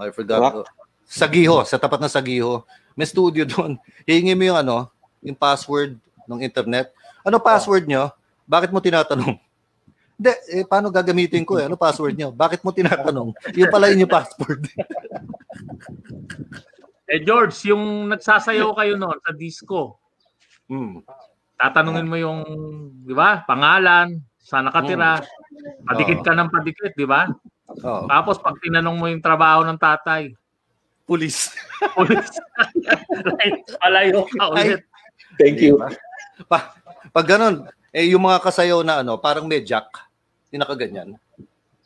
Speaker 1: I forgot.
Speaker 2: Rock?
Speaker 1: oh. Sagiho, sa tapat ng Sagiho. May studio doon. Hihingi mo yung ano, yung password ng internet. Ano password nyo? Bakit mo tinatanong? Hindi, eh, paano gagamitin ko eh? Ano password nyo? Bakit mo tinatanong? Yung pala yun yung password.
Speaker 3: Eh, George, yung nagsasayaw kayo noon sa disco,
Speaker 1: Hmm.
Speaker 3: tatanungin mo yung, di ba, pangalan, saan nakatira, padikit ka ng padikit, di ba?
Speaker 1: Oh,
Speaker 3: Tapos pag tinanong mo yung trabaho ng tatay,
Speaker 1: police.
Speaker 3: ulit, alayo ka ulit.
Speaker 2: Thank you.
Speaker 1: Pa, pag ganun, eh, yung mga kasayaw na ano, parang may jack. Yung nakaganyan.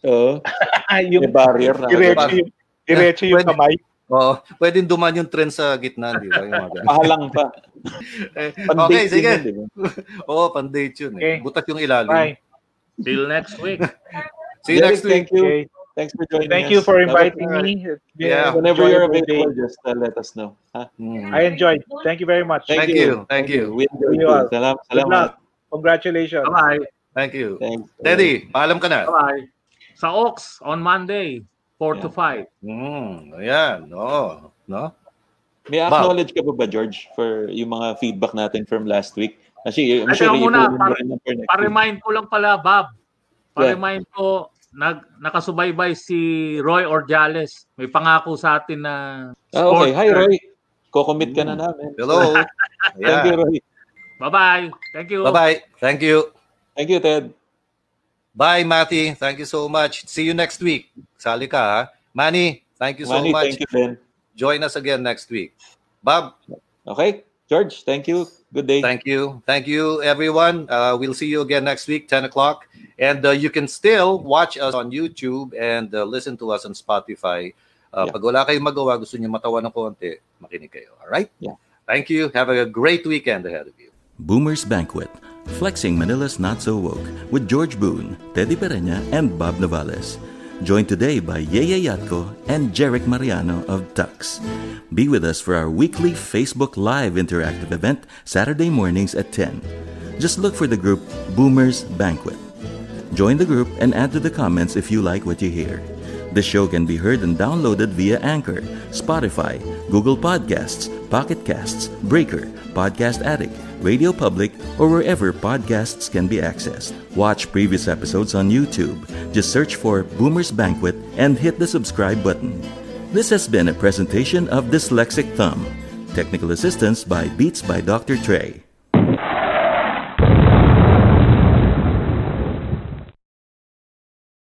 Speaker 2: Oo.
Speaker 5: Ah,
Speaker 2: May
Speaker 5: yung
Speaker 2: barrier na.
Speaker 5: diretso yung, diretso yung
Speaker 1: Pwede.
Speaker 5: kamay.
Speaker 1: Diba? Oo, pwedeng duman yung trend sa gitna, di ba? Yung mga ganun.
Speaker 2: Diba? Pahalang pa.
Speaker 1: Eh,
Speaker 2: Pandate
Speaker 1: okay, sige.
Speaker 2: yun, diba? di ba?
Speaker 1: Oo, pandate yun. Eh.
Speaker 5: Okay.
Speaker 1: Butas yung ilalim.
Speaker 5: Bye.
Speaker 3: Till next week.
Speaker 1: See you
Speaker 2: Derek,
Speaker 1: next week.
Speaker 2: Thank you.
Speaker 5: Okay.
Speaker 2: Thanks for joining
Speaker 5: Thank
Speaker 2: us.
Speaker 5: you for
Speaker 2: Have a-
Speaker 5: inviting me. It's been a
Speaker 1: Yeah.
Speaker 2: Whenever you're
Speaker 5: enjoyable day.
Speaker 2: available, just uh, let us know. Ha?
Speaker 1: Mm.
Speaker 5: I enjoyed. Thank you very much.
Speaker 1: Thank,
Speaker 2: Thank
Speaker 1: you.
Speaker 2: you.
Speaker 1: Thank you.
Speaker 2: We enjoy you.
Speaker 5: You are.
Speaker 2: Salam-
Speaker 5: Good
Speaker 2: salamat.
Speaker 5: luck. Congratulations.
Speaker 3: Bye-bye.
Speaker 1: Thank you.
Speaker 2: Thanks.
Speaker 1: Teddy, paalam ka na.
Speaker 3: Bye-bye. Sa Ox on Monday, 4 to 5.
Speaker 1: Mm, ayan. Oo. No?
Speaker 2: May acknowledge ka ba ba, George, for yung mga feedback natin from last week? Kasi I'm
Speaker 3: Ay,
Speaker 2: sure
Speaker 3: teka muna,
Speaker 2: i-remember
Speaker 3: para-
Speaker 2: na for next week.
Speaker 3: Pa-remind ko lang pala, Bob.
Speaker 2: Yeah.
Speaker 3: Pa-remind ko, nag, nakasubaybay si Roy Ordiales. May pangako sa atin na
Speaker 2: Ah, okay.
Speaker 3: sports
Speaker 2: Hi,
Speaker 3: car.
Speaker 2: Roy. Kocommit ka na namin.
Speaker 1: Hello.
Speaker 2: Thank you,
Speaker 1: Ayan.
Speaker 2: Roy.
Speaker 3: Bye-bye. Thank you.
Speaker 1: Bye-bye. Thank you.
Speaker 2: Thank you, Ted.
Speaker 1: Bye, Matty. Thank you so much. See you next week. Sali ka, ha? Manny, thank you so
Speaker 2: Manny,
Speaker 1: much.
Speaker 2: thank you, Ben.
Speaker 1: Join us again next week. Bob,
Speaker 2: Okay. George, thank you. Good day.
Speaker 1: Thank you. Thank you, everyone. Uh, we'll see you again next week, 10 o'clock. And uh, you can still watch us on YouTube and uh, listen to us on Spotify. Uh,
Speaker 2: Yeah.
Speaker 1: Pag wala kayong magawa, gusto nyo matawa ng konti, makinig kayo. All right?
Speaker 2: Yeah.
Speaker 1: Thank you. Have a great weekend ahead of you.
Speaker 6: Boomer's Banquet, Flexing Manila's Not So Woke with George Boone, Teddy Pereña, and Bob Navales. Joined today by Yeye Yatko and Jarek Mariano of Tux. Be with us for our weekly Facebook Live interactive event Saturday mornings at 10. Just look for the group Boomers Banquet. Join the group and add to the comments if you like what you hear. The show can be heard and downloaded via Anchor, Spotify, Google Podcasts, Pocket Casts, Breaker, Podcast Addict, Radio Public, or wherever podcasts can be accessed. Watch previous episodes on YouTube. Just search for Boomer's Banquet and hit the subscribe button. This has been a presentation of Dyslexic Thumb. Technical assistance by Beats by Dr. Trey.